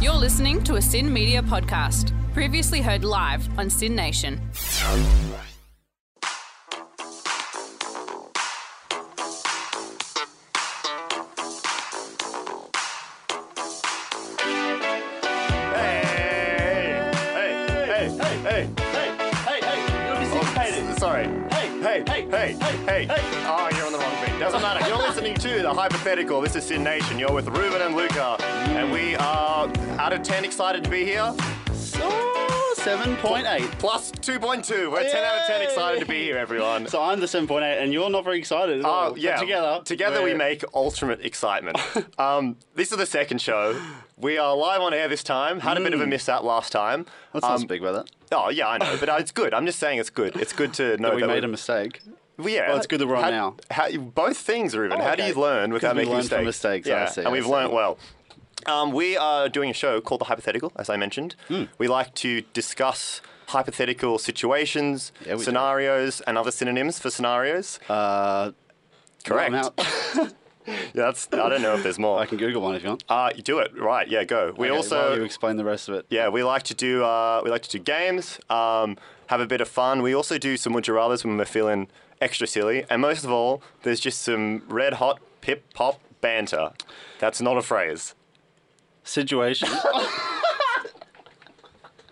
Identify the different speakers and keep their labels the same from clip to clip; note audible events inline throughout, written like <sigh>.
Speaker 1: You're listening to a Sin Media podcast, previously heard live on Sin Nation.
Speaker 2: Hey, hey, hey, hey, hey, hey, hey, hey, you're
Speaker 3: Oh,
Speaker 2: dissipated.
Speaker 3: sorry.
Speaker 2: Hey,
Speaker 3: Hey, hey, hey, hey, hey.
Speaker 2: hey.
Speaker 3: Oh, you're on the wrong beat. Doesn't matter. You're listening to The Hypothetical. This is Sin Nation. You're with Ruben and Luca. And we are out of 10 excited to be here.
Speaker 2: Oh, 7.8.
Speaker 3: Plus 2.2. We're 10 out of 10 excited to be here, everyone.
Speaker 2: So I'm the 7.8, and you're not very excited at all.
Speaker 3: Oh,
Speaker 2: But
Speaker 3: yeah.
Speaker 2: Together.
Speaker 3: Together we
Speaker 2: we're-
Speaker 3: make ultimate excitement. um, this is the second show. We are live on air this time. Had a bit of a miss out last time.
Speaker 2: Let's not speak about that.
Speaker 3: Oh, yeah, I know. But uh, it's good. I'm just saying it's good. It's good to know
Speaker 2: But we
Speaker 3: that
Speaker 2: made
Speaker 3: we-
Speaker 2: a mistake.
Speaker 3: Well, yeah,
Speaker 2: Well, it's good that we're on
Speaker 3: how,
Speaker 2: now.
Speaker 3: How, both things, Ruben.
Speaker 2: Oh,
Speaker 3: how do
Speaker 2: okay.
Speaker 3: you learn without
Speaker 2: 'Cause we
Speaker 3: making
Speaker 2: learn from mistakes, I
Speaker 3: Yeah,
Speaker 2: see,
Speaker 3: and
Speaker 2: I
Speaker 3: we've
Speaker 2: see.
Speaker 3: learned well. Um, we are doing a show called The Hypothetical, as I mentioned.
Speaker 2: Hmm.
Speaker 3: We like to discuss hypothetical situations,
Speaker 2: Yeah, we do.
Speaker 3: scenarios, and other synonyms for scenarios.
Speaker 2: Uh,
Speaker 3: Correct.
Speaker 2: well, now-
Speaker 3: Yeah, that's. I don't know if there's
Speaker 2: <laughs>
Speaker 3: more.
Speaker 2: I can Google one if you want.
Speaker 3: Uh, you do it right. Yeah, go. We
Speaker 2: Okay,
Speaker 3: also
Speaker 2: while you explain the rest of it.
Speaker 3: Yeah, we like to do uh, we like to do games, um, have a bit of fun. We also do some would you rather's when we're feeling extra silly, and most of all, there's just some red hot hip hop banter. That's not a phrase. <laughs>
Speaker 2: Situation. Oh,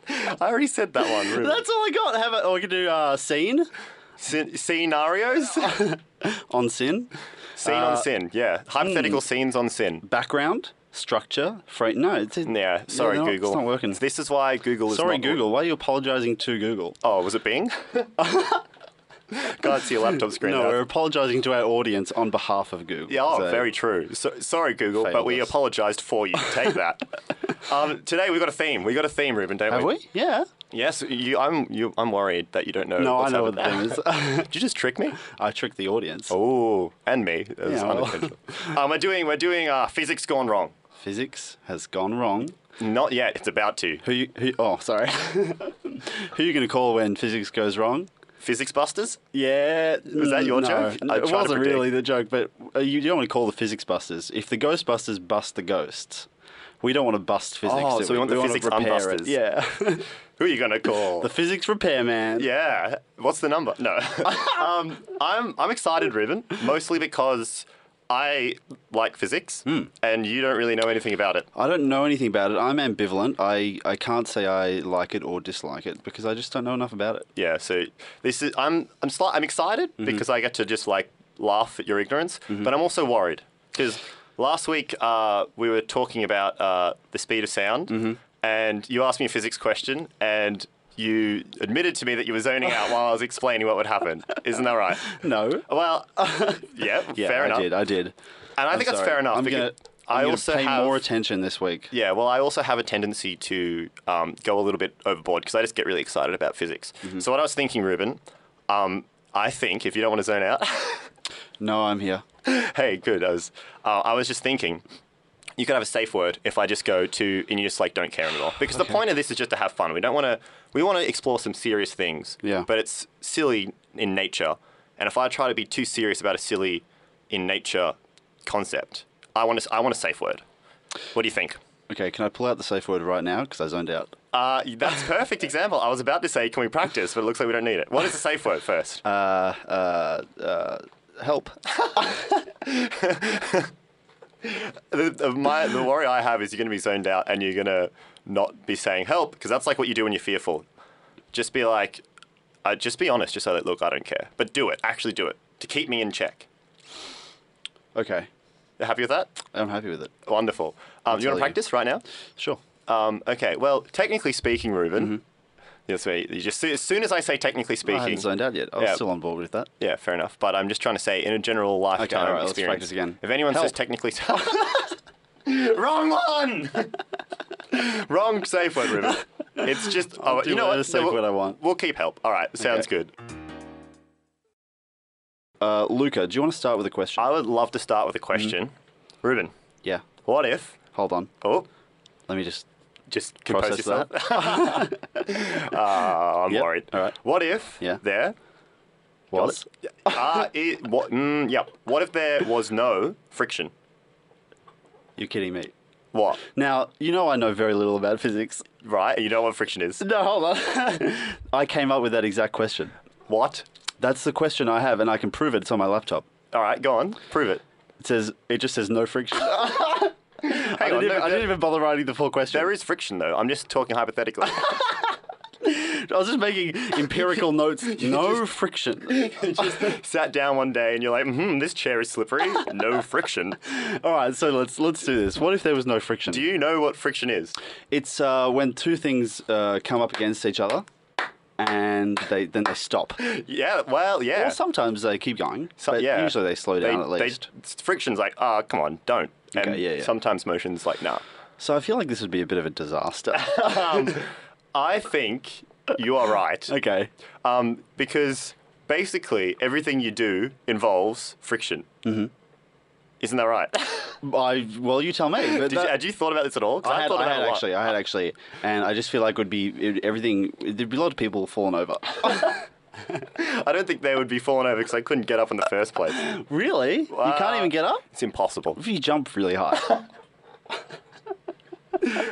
Speaker 3: I already said that one. <laughs> Ruben.
Speaker 2: That's all I got. Have a, or we can do uh, scene
Speaker 3: Scen- scenarios, Uh,
Speaker 2: on sin,
Speaker 3: <laughs> scene on sin. Yeah, hypothetical scenes on sin.
Speaker 2: background, structure, freight. No, it's it-
Speaker 3: Yeah, sorry
Speaker 2: they're not-
Speaker 3: Google.
Speaker 2: It's not working.
Speaker 3: This is why Google is
Speaker 2: sorry,
Speaker 3: not-
Speaker 2: Google. Why are you apologizing to Google?
Speaker 3: Oh, was it Bing? <laughs> Can't see your laptop <laughs> screen.
Speaker 2: No,
Speaker 3: now.
Speaker 2: we're apologising to our audience on behalf of Google.
Speaker 3: Yeah, oh,
Speaker 2: So-
Speaker 3: very true. So, sorry, Google, but
Speaker 2: Failed
Speaker 3: we
Speaker 2: us.
Speaker 3: apologised for you. Take
Speaker 2: <laughs>
Speaker 3: that. um, today we've got a theme. We've got a theme, Ruben, don't
Speaker 2: Have
Speaker 3: we?
Speaker 2: we? Yeah.
Speaker 3: Yes. You, I'm. You, I'm worried that you don't know.
Speaker 2: No, I
Speaker 3: what's
Speaker 2: know what the
Speaker 3: happening.
Speaker 2: thing is.
Speaker 3: Did you just trick me?
Speaker 2: <laughs> I tricked the audience.
Speaker 3: Oh, and me. That was
Speaker 2: Yeah, well.
Speaker 3: unintentional. um, we're doing. We're doing. Uh, physics gone wrong.
Speaker 2: Physics has gone wrong.
Speaker 3: Not yet. It's about to.
Speaker 2: Who you, who, oh, sorry. <laughs> who you going to call when physics goes wrong?
Speaker 3: Physics busters.
Speaker 2: Yeah.
Speaker 3: Was that your
Speaker 2: no,
Speaker 3: joke?
Speaker 2: no,
Speaker 3: I tried
Speaker 2: it
Speaker 3: to
Speaker 2: wasn't
Speaker 3: predict.
Speaker 2: really the joke, but uh, you don't want to call the physics busters. If the Ghostbusters bust the ghosts, we don't want to bust physics.
Speaker 3: Oh,
Speaker 2: do
Speaker 3: so we want the physics
Speaker 2: want to repair it.
Speaker 3: unbusters.
Speaker 2: Yeah. <laughs>
Speaker 3: Who are you gonna call?
Speaker 2: the physics
Speaker 3: <laughs>
Speaker 2: repairman.
Speaker 3: Yeah. What's the number?
Speaker 2: <laughs>
Speaker 3: No. um, I'm I'm excited, Riven, mostly because I like physics,
Speaker 2: Hmm.
Speaker 3: and you don't really know anything about it.
Speaker 2: I don't know anything about it. I'm ambivalent. I, I can't say I like it or dislike it because I just don't know enough about it.
Speaker 3: Yeah. So this is I'm I'm sli- I'm excited
Speaker 2: Mm-hmm.
Speaker 3: because I get to just like laugh at your ignorance, but I'm also worried because last week uh, we were talking about uh, the speed of sound,
Speaker 2: Mm-hmm.
Speaker 3: and you asked me a physics question, and you admitted to me that you were zoning out while I was explaining what would happen. Isn't that right?
Speaker 2: No.
Speaker 3: Well, <laughs> yeah,
Speaker 2: Yeah,
Speaker 3: fair
Speaker 2: I
Speaker 3: enough.
Speaker 2: did. I did.
Speaker 3: And I think that's fair enough.
Speaker 2: I'm
Speaker 3: because
Speaker 2: gonna,
Speaker 3: I
Speaker 2: I'm gonna
Speaker 3: also
Speaker 2: pay
Speaker 3: have
Speaker 2: more attention this week.
Speaker 3: yeah. Well, I also have a tendency to um, go a little bit overboard because I just get really excited about physics.
Speaker 2: Mm-hmm.
Speaker 3: So what I was thinking, Ruben, um, I think if you don't want to zone out,
Speaker 2: No, I'm here.
Speaker 3: hey, good. I was uh, I was just thinking. You could have a safe word if I just go to and you just like don't care at all. Because the
Speaker 2: Okay.
Speaker 3: point of this is just to have fun. We don't want to. We want to explore some serious things.
Speaker 2: Yeah.
Speaker 3: But it's silly in nature, and if I try to be too serious about a silly in nature concept, I want to. I want a safe word. What do you think?
Speaker 2: Okay, can I pull out the safe word right now because I zoned out?
Speaker 3: <laughs> Uh, that's a perfect example. I was about to say, can we practice? But it looks like we don't need it. What is the safe word first?
Speaker 2: Help.
Speaker 3: the, the, my, the worry I have is you're going to be zoned out and you're going to not be saying help because that's like what you do when you're fearful. Just be like, uh, just be honest. Just say, like, look, I don't care. But do it. Actually do it to keep me in check.
Speaker 2: Okay,
Speaker 3: You happy with that?
Speaker 2: I'm happy with it.
Speaker 3: Wonderful. Um, you want
Speaker 2: tell you.
Speaker 3: to practice right now?
Speaker 2: Sure.
Speaker 3: Um, okay. Well, technically speaking, Ruben. Yes, me. You just as soon as I say technically
Speaker 2: I haven't
Speaker 3: speaking,
Speaker 2: zoned out yet. I was
Speaker 3: Yeah.
Speaker 2: still on board with that.
Speaker 3: Yeah, fair enough. But I'm just trying to say, in a general lifetime
Speaker 2: all right, let's
Speaker 3: experience,
Speaker 2: practice again.
Speaker 3: if anyone says
Speaker 2: Help. <laughs>
Speaker 3: technically, <laughs> wrong one, <laughs> wrong safe word, Ruben. It's just, oh,
Speaker 2: do
Speaker 3: you know
Speaker 2: whatever
Speaker 3: what?
Speaker 2: safe
Speaker 3: we'll-
Speaker 2: word I want.
Speaker 3: We'll keep help. All right, sounds
Speaker 2: Okay.
Speaker 3: good.
Speaker 2: Uh, Luca, do you want to start with a question?
Speaker 3: I would love to start with a question,
Speaker 2: Mm-hmm.
Speaker 3: Ruben.
Speaker 2: yeah.
Speaker 3: What if?
Speaker 2: Hold on.
Speaker 3: Oh,
Speaker 2: Let me just.
Speaker 3: just compose
Speaker 2: Process
Speaker 3: yourself. Ah, <laughs> I'm
Speaker 2: Yep,
Speaker 3: worried.
Speaker 2: all right.
Speaker 3: What if
Speaker 2: Yeah.
Speaker 3: there
Speaker 2: What?
Speaker 3: was? Ah, it, what? Mm, yep. What if there was no friction?
Speaker 2: You're kidding me.
Speaker 3: What?
Speaker 2: Now, you know I know very little about physics.
Speaker 3: Right? You know what friction is?
Speaker 2: No, hold on. <laughs> I came up with that exact question.
Speaker 3: What?
Speaker 2: That's the question I have, and I can prove it. It's on my laptop.
Speaker 3: All right, go on. Prove it.
Speaker 2: It says it just says
Speaker 3: <laughs>
Speaker 2: no friction. I,
Speaker 3: Hang
Speaker 2: didn't
Speaker 3: on. no,
Speaker 2: even, I didn't
Speaker 3: there-
Speaker 2: even bother writing the full question.
Speaker 3: there is friction, though. I'm just talking
Speaker 2: <laughs>
Speaker 3: hypothetically.
Speaker 2: I was just making
Speaker 3: <laughs>
Speaker 2: empirical notes. No friction.
Speaker 3: Sat down one day and you're like, hmm, this chair is slippery. No friction.
Speaker 2: All right, so let's let's do this. What if there was no friction?
Speaker 3: Do you know what friction is?
Speaker 2: It's uh, when two things uh, come up against each other, and they then they stop.
Speaker 3: <laughs> Yeah, well, yeah.
Speaker 2: Well, sometimes they keep going,
Speaker 3: So-
Speaker 2: but
Speaker 3: yeah.
Speaker 2: usually they slow down at least.
Speaker 3: s- friction's like, ah, come on, don't. And
Speaker 2: Okay, yeah, yeah.
Speaker 3: sometimes motion's like, nah.
Speaker 2: So I feel like this would be a bit of
Speaker 3: <laughs>
Speaker 2: a disaster.
Speaker 3: I think you are right.
Speaker 2: okay.
Speaker 3: Um, because basically everything you do involves friction. Mm-hmm. Isn't that right?
Speaker 2: I well, you tell me. But
Speaker 3: Did you,
Speaker 2: that-
Speaker 3: had you thought about this at all? 'Cause
Speaker 2: I had,
Speaker 3: thought
Speaker 2: I
Speaker 3: about
Speaker 2: had
Speaker 3: it a lot.
Speaker 2: actually, I had actually, and I just feel like would be it, everything. There'd be a lot of people falling over.
Speaker 3: I don't think they would be falling over because I couldn't get up in the first place.
Speaker 2: <laughs> really? You can't
Speaker 3: Wow.
Speaker 2: even get up.
Speaker 3: It's impossible.
Speaker 2: If you jump really high,
Speaker 3: <laughs>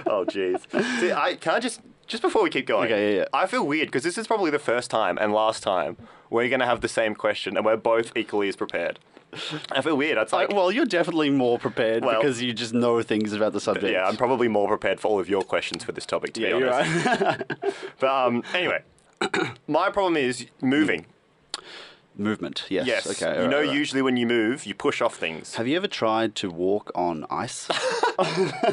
Speaker 3: Oh, jeez. See, I can I just just before we keep going.
Speaker 2: Okay, yeah, yeah.
Speaker 3: I feel weird because this is probably the first time and last time we're gonna have the same question and we're both equally as prepared. I feel weird. It's
Speaker 2: like,
Speaker 3: like,
Speaker 2: <laughs> well, you're definitely more prepared
Speaker 3: Well-
Speaker 2: because you just know things about the subject.
Speaker 3: yeah, I'm probably more prepared for all of your questions for this topic, to
Speaker 2: Yeah,
Speaker 3: be
Speaker 2: you're
Speaker 3: honest.
Speaker 2: right.
Speaker 3: But um, anyway,
Speaker 2: <coughs>
Speaker 3: my problem is moving.
Speaker 2: <laughs> Movement. Yes.
Speaker 3: Yes.
Speaker 2: Okay.
Speaker 3: you
Speaker 2: alright,
Speaker 3: know,
Speaker 2: alright.
Speaker 3: usually when you move, you push off things.
Speaker 2: Have you ever tried to walk on ice?
Speaker 3: I,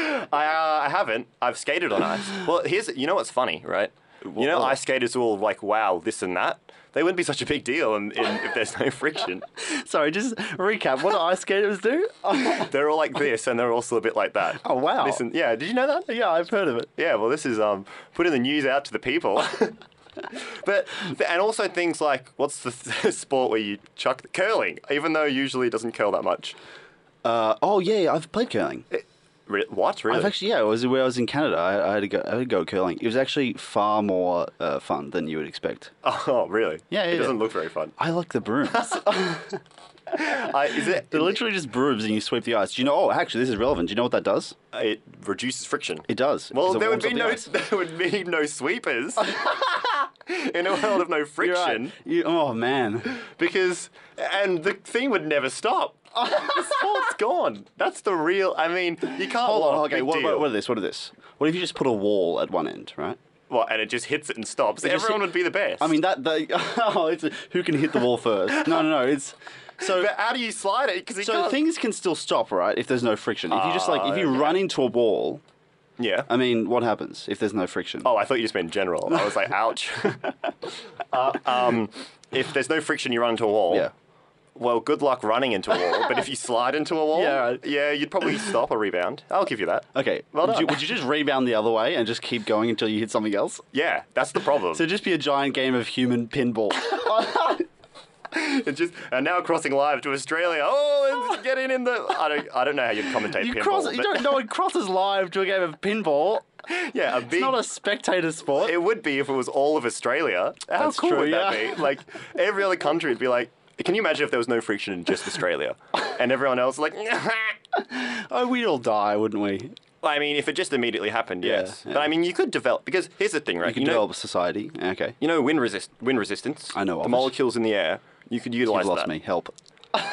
Speaker 3: uh, I haven't. I've skated on
Speaker 2: <gasps>
Speaker 3: ice. Well, here's you know what's funny, right? You know,
Speaker 2: what?
Speaker 3: ice skaters are all like, "Wow, this and that." They wouldn't be such a big deal in, in, if there's
Speaker 2: <laughs>
Speaker 3: no friction.
Speaker 2: <laughs> Sorry, just recap. What <laughs> do ice skaters do? Uh,
Speaker 3: They're all like this, and they're also a bit like that.
Speaker 2: Oh, wow.
Speaker 3: Listen, yeah, did you know that?
Speaker 2: yeah, I've heard of it.
Speaker 3: Yeah, well, this is um putting the news out to the people. <laughs> but and also things like what's the <laughs> th- sport where you chuck curling, even though usually it doesn't curl that much.
Speaker 2: Uh, oh yeah, yeah, I've played curling.
Speaker 3: Re- what really?
Speaker 2: I've actually yeah, it was when I was in Canada. I, I had to go. I had to go curling. It was actually far more uh, fun than you would expect.
Speaker 3: <laughs> Oh, really?
Speaker 2: Yeah,
Speaker 3: It
Speaker 2: yeah,
Speaker 3: doesn't
Speaker 2: yeah.
Speaker 3: look very fun.
Speaker 2: I like the brooms.
Speaker 3: I, is it?
Speaker 2: They're literally just brooms, and you sweep the ice. Do you know? Oh, actually, this is relevant. Do you know what that does?
Speaker 3: It reduces friction.
Speaker 2: It does.
Speaker 3: well,
Speaker 2: because it
Speaker 3: there would
Speaker 2: warms up
Speaker 3: be
Speaker 2: the
Speaker 3: no <laughs>
Speaker 2: ice.
Speaker 3: there would be no
Speaker 2: <laughs>
Speaker 3: sweepers in a world of no
Speaker 2: You're right.
Speaker 3: friction
Speaker 2: You- oh
Speaker 3: <laughs>
Speaker 2: man,
Speaker 3: because and the thing would never stop. the
Speaker 2: <laughs>
Speaker 3: sport's gone. That's the real. I mean, you can't.
Speaker 2: hold on.
Speaker 3: want a
Speaker 2: Okay,
Speaker 3: big
Speaker 2: what,
Speaker 3: deal.
Speaker 2: what, what are this? What are this? What if you just put a wall at one end, right?
Speaker 3: Well, and it just hits it and stops.
Speaker 2: just
Speaker 3: Everyone
Speaker 2: hit-
Speaker 3: would be the best.
Speaker 2: I mean that. that <laughs> oh, it's who can hit the wall first? No, no, no. It's so.
Speaker 3: but how do <laughs> you slide it? Because
Speaker 2: So
Speaker 3: can't... Ah,
Speaker 2: things can still stop, right? If there's no friction. If you just like, if you run into a wall,
Speaker 3: yeah.
Speaker 2: I mean, what happens if there's no friction?
Speaker 3: Oh, I thought you just meant general. I was like, ouch.
Speaker 2: <laughs>
Speaker 3: Uh, um, if there's no friction, you run into a wall.
Speaker 2: yeah.
Speaker 3: Well, good luck running into a wall. but if
Speaker 2: <laughs>
Speaker 3: you slide into a wall,
Speaker 2: Yeah, right.
Speaker 3: yeah, you'd probably stop a rebound. I'll give you that.
Speaker 2: Okay.
Speaker 3: Well
Speaker 2: would, you,
Speaker 3: done.
Speaker 2: would you just rebound the other way and just keep going until you hit something else?
Speaker 3: Yeah, that's the problem.
Speaker 2: So just be a giant game of human pinball.
Speaker 3: <laughs>
Speaker 2: <laughs>
Speaker 3: It's just and now crossing live to Australia. Oh,
Speaker 2: <laughs>
Speaker 3: it's getting in the. I don't. I don't know how you'd commentate
Speaker 2: you
Speaker 3: pinball.
Speaker 2: cross. You
Speaker 3: but-
Speaker 2: don't. No one crosses live to a game of pinball. <laughs>
Speaker 3: yeah, a
Speaker 2: It's
Speaker 3: big.
Speaker 2: not a spectator sport.
Speaker 3: It would be if it was all of Australia. How
Speaker 2: That's
Speaker 3: cool
Speaker 2: true,
Speaker 3: would
Speaker 2: yeah.
Speaker 3: that be? Like every other country would be like, can you imagine if there was no friction in just
Speaker 2: <laughs>
Speaker 3: Australia? And everyone else like, <laughs>
Speaker 2: oh, we'd all die, wouldn't we?
Speaker 3: I mean, if it just immediately happened,
Speaker 2: Yeah,
Speaker 3: yes.
Speaker 2: yeah.
Speaker 3: But I mean, you could develop because here's the thing, right?
Speaker 2: You could
Speaker 3: know,
Speaker 2: develop a society. Okay.
Speaker 3: you know, wind resist, wind resistance.
Speaker 2: I know of
Speaker 3: the
Speaker 2: it.
Speaker 3: molecules in the air. You could utilize
Speaker 2: You've lost
Speaker 3: that.
Speaker 2: me. Help.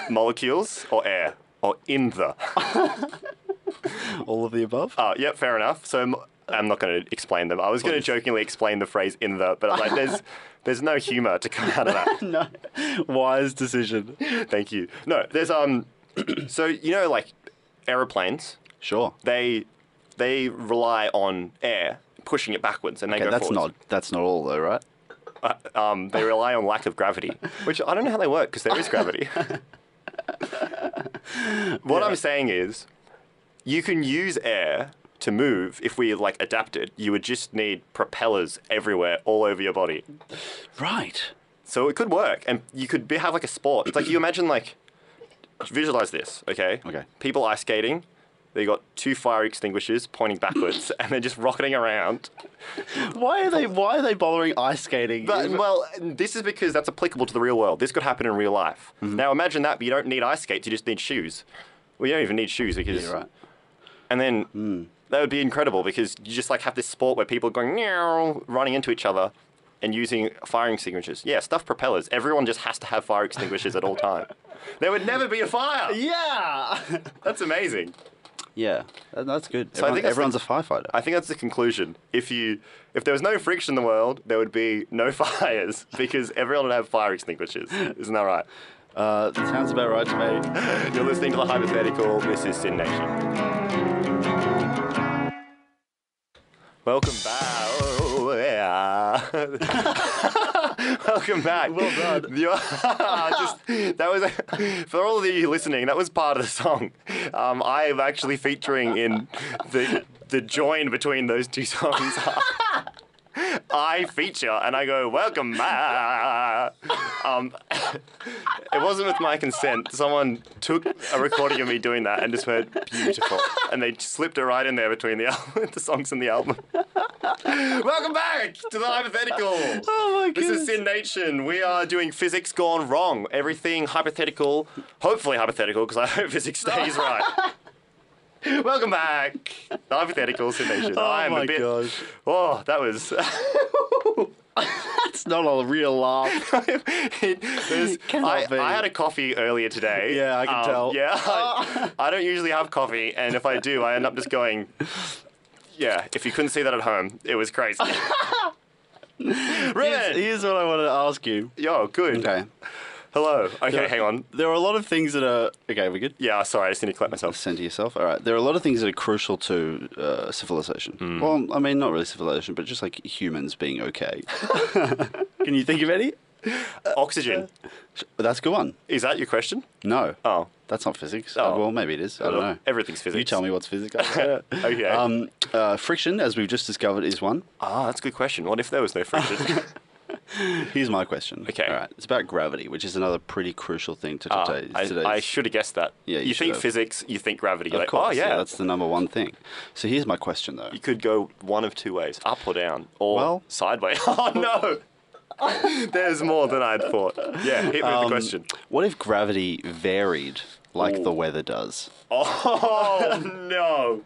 Speaker 3: Molecules or air or in the.
Speaker 2: All of the above.
Speaker 3: Oh, yep, fair enough. So I'm, I'm not going to explain them. I was going to
Speaker 2: Please.
Speaker 3: jokingly explain the phrase in the, but I'm like,
Speaker 2: <laughs>
Speaker 3: there's, there's no humor to come out of that.
Speaker 2: <laughs> no. Wise decision.
Speaker 3: Thank you. No, there's um, <clears throat> so you know, like aeroplanes,
Speaker 2: Sure.
Speaker 3: they they rely on air pushing it backwards, and they
Speaker 2: Okay,
Speaker 3: go
Speaker 2: that's
Speaker 3: forwards.
Speaker 2: not. That's not all though, right?
Speaker 3: Um, they rely on lack of gravity, which I don't know how they work because there is gravity. what I'm saying is, you can use air to move if we like adapted. You would just need propellers everywhere, all over your body.
Speaker 2: Right.
Speaker 3: So it could work, and you could be, have like a sport. It's like you imagine like, visualize this, okay?
Speaker 2: Okay.
Speaker 3: People ice skating. They got two fire extinguishers pointing backwards, <laughs> and they're just rocketing around.
Speaker 2: Why are they? Why are they bothering ice skating?
Speaker 3: But, well, this is because that's applicable to the real world. This could happen in real life.
Speaker 2: Mm-hmm.
Speaker 3: Now imagine that, but you don't need ice skates. You just need shoes. Well, you don't even need shoes because
Speaker 2: Yeah, right. Hmm.
Speaker 3: and then that would be incredible because you just like have this sport where people are going meow, running into each other and using firing extinguishers. Yeah, stuff propellers. Everyone just has to have fire extinguishers at all time. There would never be a fire.
Speaker 2: <laughs> Yeah.
Speaker 3: That's amazing.
Speaker 2: yeah. That- that's good.
Speaker 3: I think
Speaker 2: Everyone-
Speaker 3: that's
Speaker 2: everyone's
Speaker 3: the-
Speaker 2: a firefighter.
Speaker 3: I think that's the conclusion. If you if there was no friction in the world, there would be no <laughs> fires because everyone would have fire extinguishers. Isn't that right?
Speaker 2: Uh, that sounds about right to me.
Speaker 3: You're listening to the hypothetical. This is Sin Nation. Welcome back. <laughs> Oh, yeah. Welcome back. Well done. <laughs> just, that was for all of you listening. That was part of the song. Um, I am actually featuring in the the join between those two songs. <laughs> I feature and I go, welcome back. Um, <laughs> it wasn't with my consent. Someone took a recording of me doing that and just went beautiful, and they slipped it right in there between the <laughs> al- the songs and the album. <laughs> Welcome back to the hypothetical.
Speaker 2: Oh my
Speaker 3: This is Sin Nation. We are doing physics gone wrong. Everything hypothetical, hopefully hypothetical, because I hope <laughs> physics
Speaker 2: <laughs>
Speaker 3: stays right. Welcome back. The hypothetical Sin Nation.
Speaker 2: Oh
Speaker 3: I'm
Speaker 2: my
Speaker 3: a bit.
Speaker 2: gosh.
Speaker 3: Oh, that was. <laughs>
Speaker 2: That's not a real laugh.
Speaker 3: It- there's-
Speaker 2: <laughs> Cannot
Speaker 3: I,
Speaker 2: be.
Speaker 3: I had a coffee earlier today.
Speaker 2: <laughs>
Speaker 3: Um,
Speaker 2: Yeah, I can tell. Oh.
Speaker 3: Yeah,
Speaker 2: <laughs>
Speaker 3: I, I don't usually have coffee, and if I do, I end up just going. Yeah, if you couldn't see that at home, it was
Speaker 2: <laughs>
Speaker 3: crazy.
Speaker 2: Here's,
Speaker 3: Ruben,
Speaker 2: here's what I wanted to ask you.
Speaker 3: yo, good.
Speaker 2: Okay.
Speaker 3: Hello. Okay, hang on.
Speaker 2: There are a lot of things that are. Okay, we're good.
Speaker 3: Yeah, sorry, I just need to clap myself.
Speaker 2: Send to yourself. All right. There are a lot of things that are crucial to uh, civilization. Well, I mean, not really civilization, but just like humans being okay. <laughs> Can you think of any?
Speaker 3: Oxygen.
Speaker 2: That's a good one.
Speaker 3: Is that your question?
Speaker 2: No.
Speaker 3: Oh.
Speaker 2: That's not physics.
Speaker 3: Oh.
Speaker 2: Uh, well, maybe it is. I don't
Speaker 3: Well,
Speaker 2: know.
Speaker 3: everything's
Speaker 2: You
Speaker 3: physics.
Speaker 2: tell me what's <laughs> physics.
Speaker 3: Okay.
Speaker 2: Um, uh, friction, as we've just discovered, is one.
Speaker 3: ah, that's a good question. What if there was no
Speaker 2: <laughs>
Speaker 3: friction?
Speaker 2: Here's my question.
Speaker 3: Okay.
Speaker 2: All right. It's about gravity, which is another pretty crucial thing to
Speaker 3: Ah,
Speaker 2: today.
Speaker 3: I,
Speaker 2: today's
Speaker 3: I should have guessed that.
Speaker 2: Yeah, you
Speaker 3: you
Speaker 2: should
Speaker 3: think
Speaker 2: have.
Speaker 3: physics, you think gravity. You're
Speaker 2: Of
Speaker 3: like,
Speaker 2: course,
Speaker 3: oh, yeah.
Speaker 2: that's the number one thing. So here's my question, though.
Speaker 3: You could go one of two ways, up or down, or
Speaker 2: Well-
Speaker 3: sideways. <laughs> Oh no! <laughs> There's more than I'd thought. Yeah, hit me with the
Speaker 2: Um,
Speaker 3: question.
Speaker 2: What if gravity varied like
Speaker 3: Ooh.
Speaker 2: the weather does?
Speaker 3: Oh no!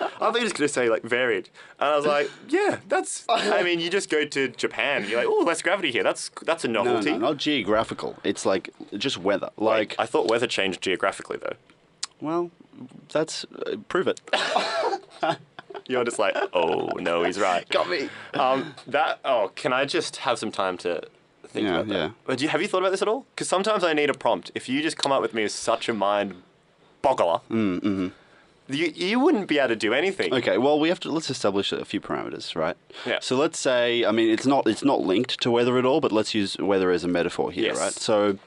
Speaker 3: I thought you were just gonna say like varied, and I was
Speaker 2: <laughs>
Speaker 3: like, yeah, that's. I mean, you just go to Japan, and you're like, oh, less gravity here. That's that's a
Speaker 2: No,
Speaker 3: novelty.
Speaker 2: no, not geographical. It's like just weather.
Speaker 3: Like,
Speaker 2: Like,
Speaker 3: I thought weather changed geographically though.
Speaker 2: well, that's uh,
Speaker 3: <laughs>
Speaker 2: prove it.
Speaker 3: You're just like, oh no, he's right.
Speaker 2: Got me.
Speaker 3: Um, that oh, can I just have some time to think
Speaker 2: Yeah,
Speaker 3: about that?
Speaker 2: yeah.
Speaker 3: But do you, have you thought about this at all? Because sometimes I need a prompt. If you just come up with me as such a mind boggler,
Speaker 2: Mm, mm-hmm.
Speaker 3: you you wouldn't be able to do anything.
Speaker 2: Okay, well, we have to let's establish a few parameters, right?
Speaker 3: Yeah.
Speaker 2: So let's say, I mean, it's not it's not linked to weather at all, but let's use weather as a metaphor here,
Speaker 3: Yes.
Speaker 2: right? So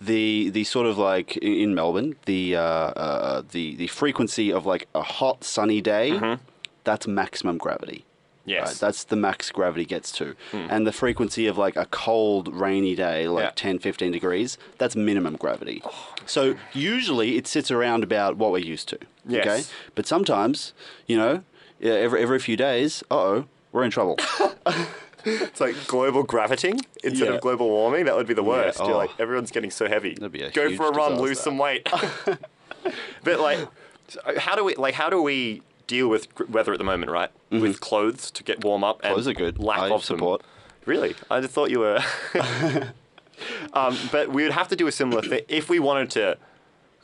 Speaker 2: the the sort of like i- in Melbourne, the uh, uh, the the frequency of like a hot sunny day, that's maximum gravity.
Speaker 3: Mm-hmm. Yes. Hmm.
Speaker 2: That's the max gravity gets to. And the frequency of like a cold, rainy day, like
Speaker 3: Yeah. Oh,
Speaker 2: 10, 15 degrees, that's minimum gravity. So usually it sits around about what we're used to.
Speaker 3: Yes.
Speaker 2: Okay. But sometimes, you know, yeah, every, every few days, uh oh, we're in trouble.
Speaker 3: It's like global gravitating instead
Speaker 2: Yeah.
Speaker 3: of global warming. That would be the worst. You're
Speaker 2: oh.
Speaker 3: like everyone's getting so heavy.
Speaker 2: That'd be a
Speaker 3: Go
Speaker 2: huge
Speaker 3: for a run,
Speaker 2: disaster.
Speaker 3: lose some weight. <laughs> but like, so uh, how do we like how do we deal with gr- weather at the moment? Right, with clothes to get warm up. And
Speaker 2: Mm-hmm. Clothes are good.
Speaker 3: Lack
Speaker 2: I
Speaker 3: of them.
Speaker 2: support.
Speaker 3: Really, I just thought you were. <laughs> um, but we would have to do a similar thing if we wanted to.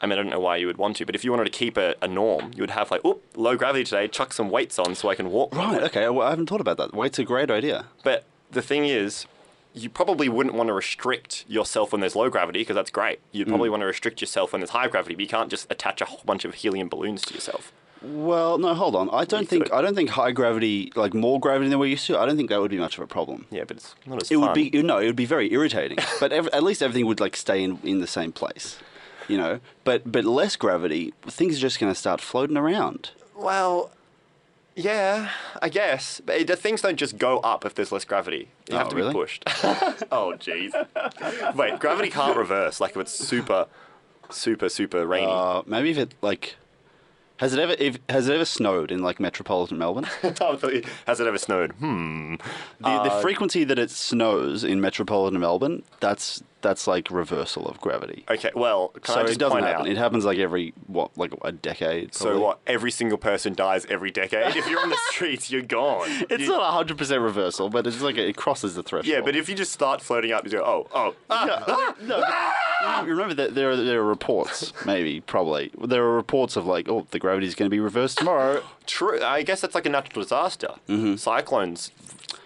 Speaker 3: I mean, I don't know why you would want to, but if you wanted to keep a, a norm, you would have like, oop, low gravity today, chuck some weights on so I can walk.
Speaker 2: right. Oh, Okay. Well, I haven't thought about that. Weight's a great idea.
Speaker 3: But the thing is, you probably wouldn't want to restrict yourself when there's low gravity because that's great. You'd probably want to restrict yourself when there's high gravity, but you can't just attach a whole bunch of helium balloons to yourself.
Speaker 2: Well, no, hold on. I don't think
Speaker 3: could.
Speaker 2: I don't think high gravity, like more gravity than we're used to. I don't think that would be much of a problem.
Speaker 3: Yeah, but it's not as
Speaker 2: It
Speaker 3: fun.
Speaker 2: would be you know, it would be very irritating. <laughs> But ev- at least everything would like stay in, in the same place, you know. But but less gravity, things are just going to start floating around.
Speaker 3: Well, yeah, I guess. But it- the things don't just go up if there's less gravity. You have
Speaker 2: Oh,
Speaker 3: to
Speaker 2: really?
Speaker 3: be pushed. <laughs> oh, jeez. Wait, gravity can't reverse. Like if it's super, super, super rainy.
Speaker 2: Uh, maybe if it like, has it ever if, has it ever snowed in like metropolitan Melbourne?
Speaker 3: I thought you- <laughs> Has it ever snowed? Hmm.
Speaker 2: The, the frequency that it snows in metropolitan Melbourne, that's that's like reversal of gravity.
Speaker 3: Okay, well, can
Speaker 2: so
Speaker 3: I just
Speaker 2: it doesn't
Speaker 3: point
Speaker 2: happen.
Speaker 3: out?
Speaker 2: It happens like every what, like a decade.
Speaker 3: so
Speaker 2: probably.
Speaker 3: what? Every single person dies every decade. If you're on the streets, you're gone.
Speaker 2: <laughs> It's
Speaker 3: You-
Speaker 2: not hundred percent reversal, but it's like it crosses the threshold.
Speaker 3: Yeah, but if you just start floating up, you go, oh, oh, ah, ah,
Speaker 2: No, but remember that there are there are reports, maybe, probably there are reports of like, oh, the gravity's going to be reversed tomorrow.
Speaker 3: true. I guess that's like a natural disaster. Cyclones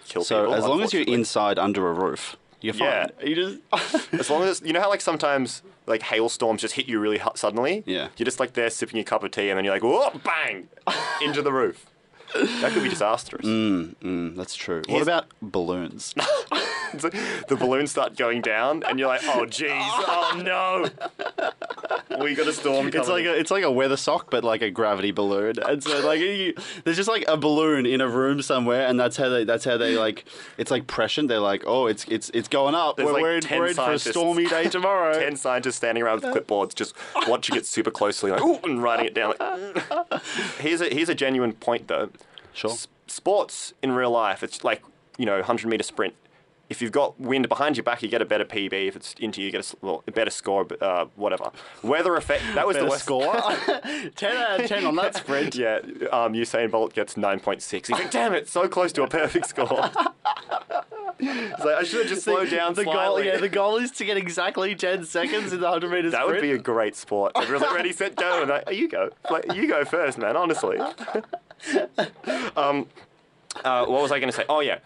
Speaker 3: kill
Speaker 2: Mm-hmm. So
Speaker 3: people.
Speaker 2: as long as you're
Speaker 3: unfortunately.
Speaker 2: inside under a roof, you're fine.
Speaker 3: Yeah.
Speaker 2: You just
Speaker 3: As long as you know how like sometimes like hailstorms just hit you really hu- suddenly.
Speaker 2: Yeah.
Speaker 3: You're just like there sipping your cup of tea, and then you're like, whoa,
Speaker 2: <laughs>
Speaker 3: bang, into the roof. That could be disastrous. <laughs>
Speaker 2: Mm, <laughs> that's true. What
Speaker 3: Here's-
Speaker 2: about balloons?
Speaker 3: It's like the balloons start going down, and you're like, oh jeez, oh
Speaker 2: <laughs>
Speaker 3: no, we got a storm coming.
Speaker 2: It's like a, it's like a weather sock, but like a gravity balloon. And so like you, there's just like a balloon in a room somewhere, and that's how they that's how they like it's like prescient. They're like, oh, it's it's it's going up.
Speaker 3: There's
Speaker 2: We're,
Speaker 3: like
Speaker 2: we're in,
Speaker 3: 10
Speaker 2: we're in for a
Speaker 3: scientists.
Speaker 2: stormy day
Speaker 3: <laughs>
Speaker 2: tomorrow.
Speaker 3: ten scientists standing around with clipboards,
Speaker 2: <laughs>
Speaker 3: just watching it super closely, like, ooh, and writing it down. Like,
Speaker 2: <laughs>
Speaker 3: here's a here's a genuine point though.
Speaker 2: Sure.
Speaker 3: S- sports in real life, it's like you know, hundred meter sprint. If you've got wind behind your back, you get a better PB. If it's into you, you get a, s- well, a better score. but, Uh, whatever. Weather effect. That was
Speaker 2: Better
Speaker 3: the worst
Speaker 2: score. <laughs> ten out of ten on that
Speaker 3: <laughs>
Speaker 2: sprint.
Speaker 3: Yeah, um, Usain Bolt gets 9.6. He's like, damn it, so close to a perfect score.
Speaker 2: <laughs>
Speaker 3: He's like, I should have just slowed down
Speaker 2: the goal.
Speaker 3: slightly.
Speaker 2: Yeah, the goal is to get exactly ten seconds in the hundred meters.
Speaker 3: That would be a
Speaker 2: sprint.
Speaker 3: great sport. Everyone's like, ready, set, go. And like, you go. Like, you go first, man, honestly.
Speaker 2: <laughs>
Speaker 3: um, uh, what was I going to say? Oh, yeah.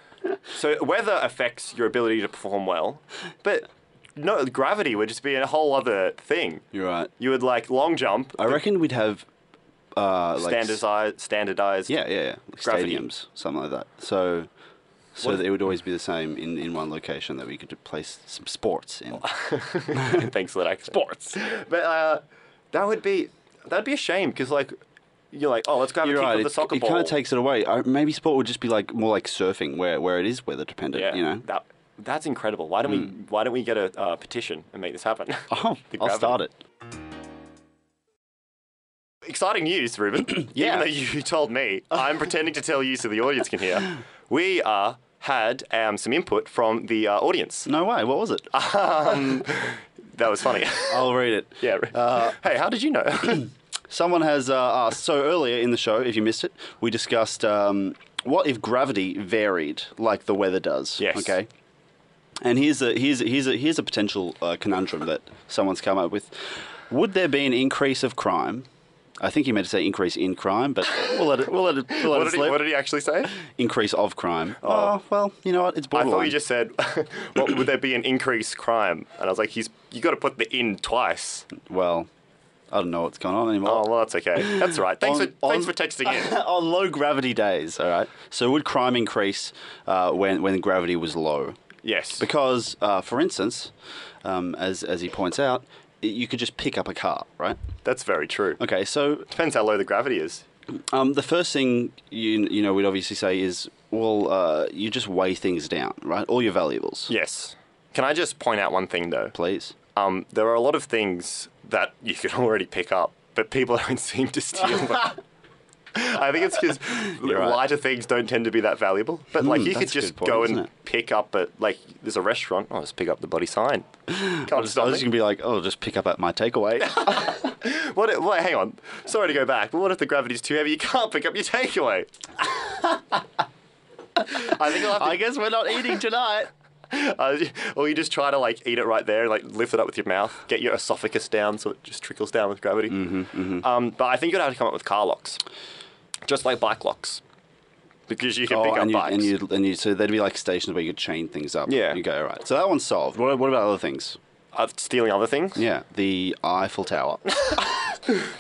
Speaker 3: So weather affects your ability to perform well, but no, gravity would just be a whole other thing.
Speaker 2: You're right.
Speaker 3: You would like long jump,
Speaker 2: I reckon we'd have uh, like
Speaker 3: standardized, standardized.
Speaker 2: Yeah, yeah, yeah. Like
Speaker 3: Gravity.
Speaker 2: stadiums, something like that. So, so
Speaker 3: What-
Speaker 2: that it would always be the same in, in one location that we could place some sports in.
Speaker 3: <laughs> Thanks for that accent. Sports. But uh, that would be that'd be a shame because like you're like, oh, let's go have
Speaker 2: You're
Speaker 3: a kick
Speaker 2: right.
Speaker 3: with the
Speaker 2: it's-
Speaker 3: soccer
Speaker 2: It
Speaker 3: ball.
Speaker 2: kind of takes it away. I, maybe sport would just be like more like surfing, where where it is weather dependent.
Speaker 3: yeah,
Speaker 2: You know. Hmm.
Speaker 3: that that's incredible. Why don't we why don't we get a uh, petition and make this happen?
Speaker 2: <laughs> Oh,
Speaker 3: <laughs> The
Speaker 2: I'll
Speaker 3: gravity.
Speaker 2: start it.
Speaker 3: Exciting news,
Speaker 2: <clears throat>
Speaker 3: Ruben.
Speaker 2: Yeah.
Speaker 3: Even though you told me, I'm pretending to tell you so the audience can
Speaker 2: <laughs>
Speaker 3: hear. We uh, had um, some input from the uh, audience.
Speaker 2: No way. What
Speaker 3: <laughs>
Speaker 2: was it?
Speaker 3: Um, that was
Speaker 2: <laughs>
Speaker 3: funny. <laughs>
Speaker 2: I'll read it.
Speaker 3: yeah.
Speaker 2: Uh,
Speaker 3: hey, how did you
Speaker 2: <clears throat>
Speaker 3: know? <laughs>
Speaker 2: Someone has uh, asked. So earlier in the show, if you missed it, we discussed um, what if gravity varied like the weather does.
Speaker 3: Yes.
Speaker 2: Okay. And here's a here's a, here's a, here's a potential uh, conundrum that someone's come up with. Would there be an increase of crime? I think he meant to say increase in crime, but we'll let it we'll let it, we'll let
Speaker 3: what,
Speaker 2: it
Speaker 3: did he,
Speaker 2: slip.
Speaker 3: what did he actually say?
Speaker 2: increase of crime. Oh. well, you know what? It's
Speaker 3: I
Speaker 2: borderline.
Speaker 3: thought you just said, <laughs> "What would there be an increased crime?" And I was like, "He's you got to put the in twice."
Speaker 2: Oh. Well, I don't know what's going on anymore. <laughs>
Speaker 3: Oh well, that's okay. That's all right. Thanks
Speaker 2: On-
Speaker 3: for thanks for
Speaker 2: on-
Speaker 3: texting
Speaker 2: <laughs>
Speaker 3: in.
Speaker 2: on low gravity days, all right. So would crime increase uh, when when gravity was low?
Speaker 3: Yes,
Speaker 2: Because, uh, for instance, um, as as he points out, i- you could just pick up a car, right?
Speaker 3: that's very true.
Speaker 2: Okay, so
Speaker 3: Depends how low the gravity is.
Speaker 2: um, the first thing you you know we'd obviously say is, well, uh, you just weigh things down, right? All your valuables.
Speaker 3: Yes. Can I just point out one thing though?
Speaker 2: Please.
Speaker 3: Um, there are a lot of things that you can <laughs> already pick up, but people <laughs> don't seem to steal
Speaker 2: <laughs>
Speaker 3: them. I think it's because
Speaker 2: right.
Speaker 3: lighter things don't tend to be that valuable. But like
Speaker 2: Hmm,
Speaker 3: you could
Speaker 2: that's a good
Speaker 3: just
Speaker 2: point,
Speaker 3: go
Speaker 2: isn't
Speaker 3: and
Speaker 2: it?
Speaker 3: pick up a like. There's a restaurant. Oh, just pick up the bloody
Speaker 2: <laughs>
Speaker 3: sign. Can't stop
Speaker 2: I was
Speaker 3: me.
Speaker 2: just gonna be like, oh, just pick up at my
Speaker 3: <laughs>
Speaker 2: takeaway.
Speaker 3: What? If, well, hang on. Sorry to go back, but what if the gravity's too heavy? You can't pick up your takeaway. I think I'll have to,
Speaker 2: I guess we're not eating tonight.
Speaker 3: <laughs> uh, or you just try to like eat it right there and like lift it up with your mouth, get your esophagus down so it just trickles down with gravity.
Speaker 2: Mm-hmm,
Speaker 3: Um, but I think you'd have to come up with car locks, just like bike locks, because you can pick up
Speaker 2: Oh, and you,
Speaker 3: bikes.
Speaker 2: and you and you so there'd be like stations where you could chain things up.
Speaker 3: Yeah.
Speaker 2: You go all right. So that one's solved. What, what about other things?
Speaker 3: uh, stealing other things.
Speaker 2: Yeah, the
Speaker 3: <laughs>
Speaker 2: Eiffel Tower.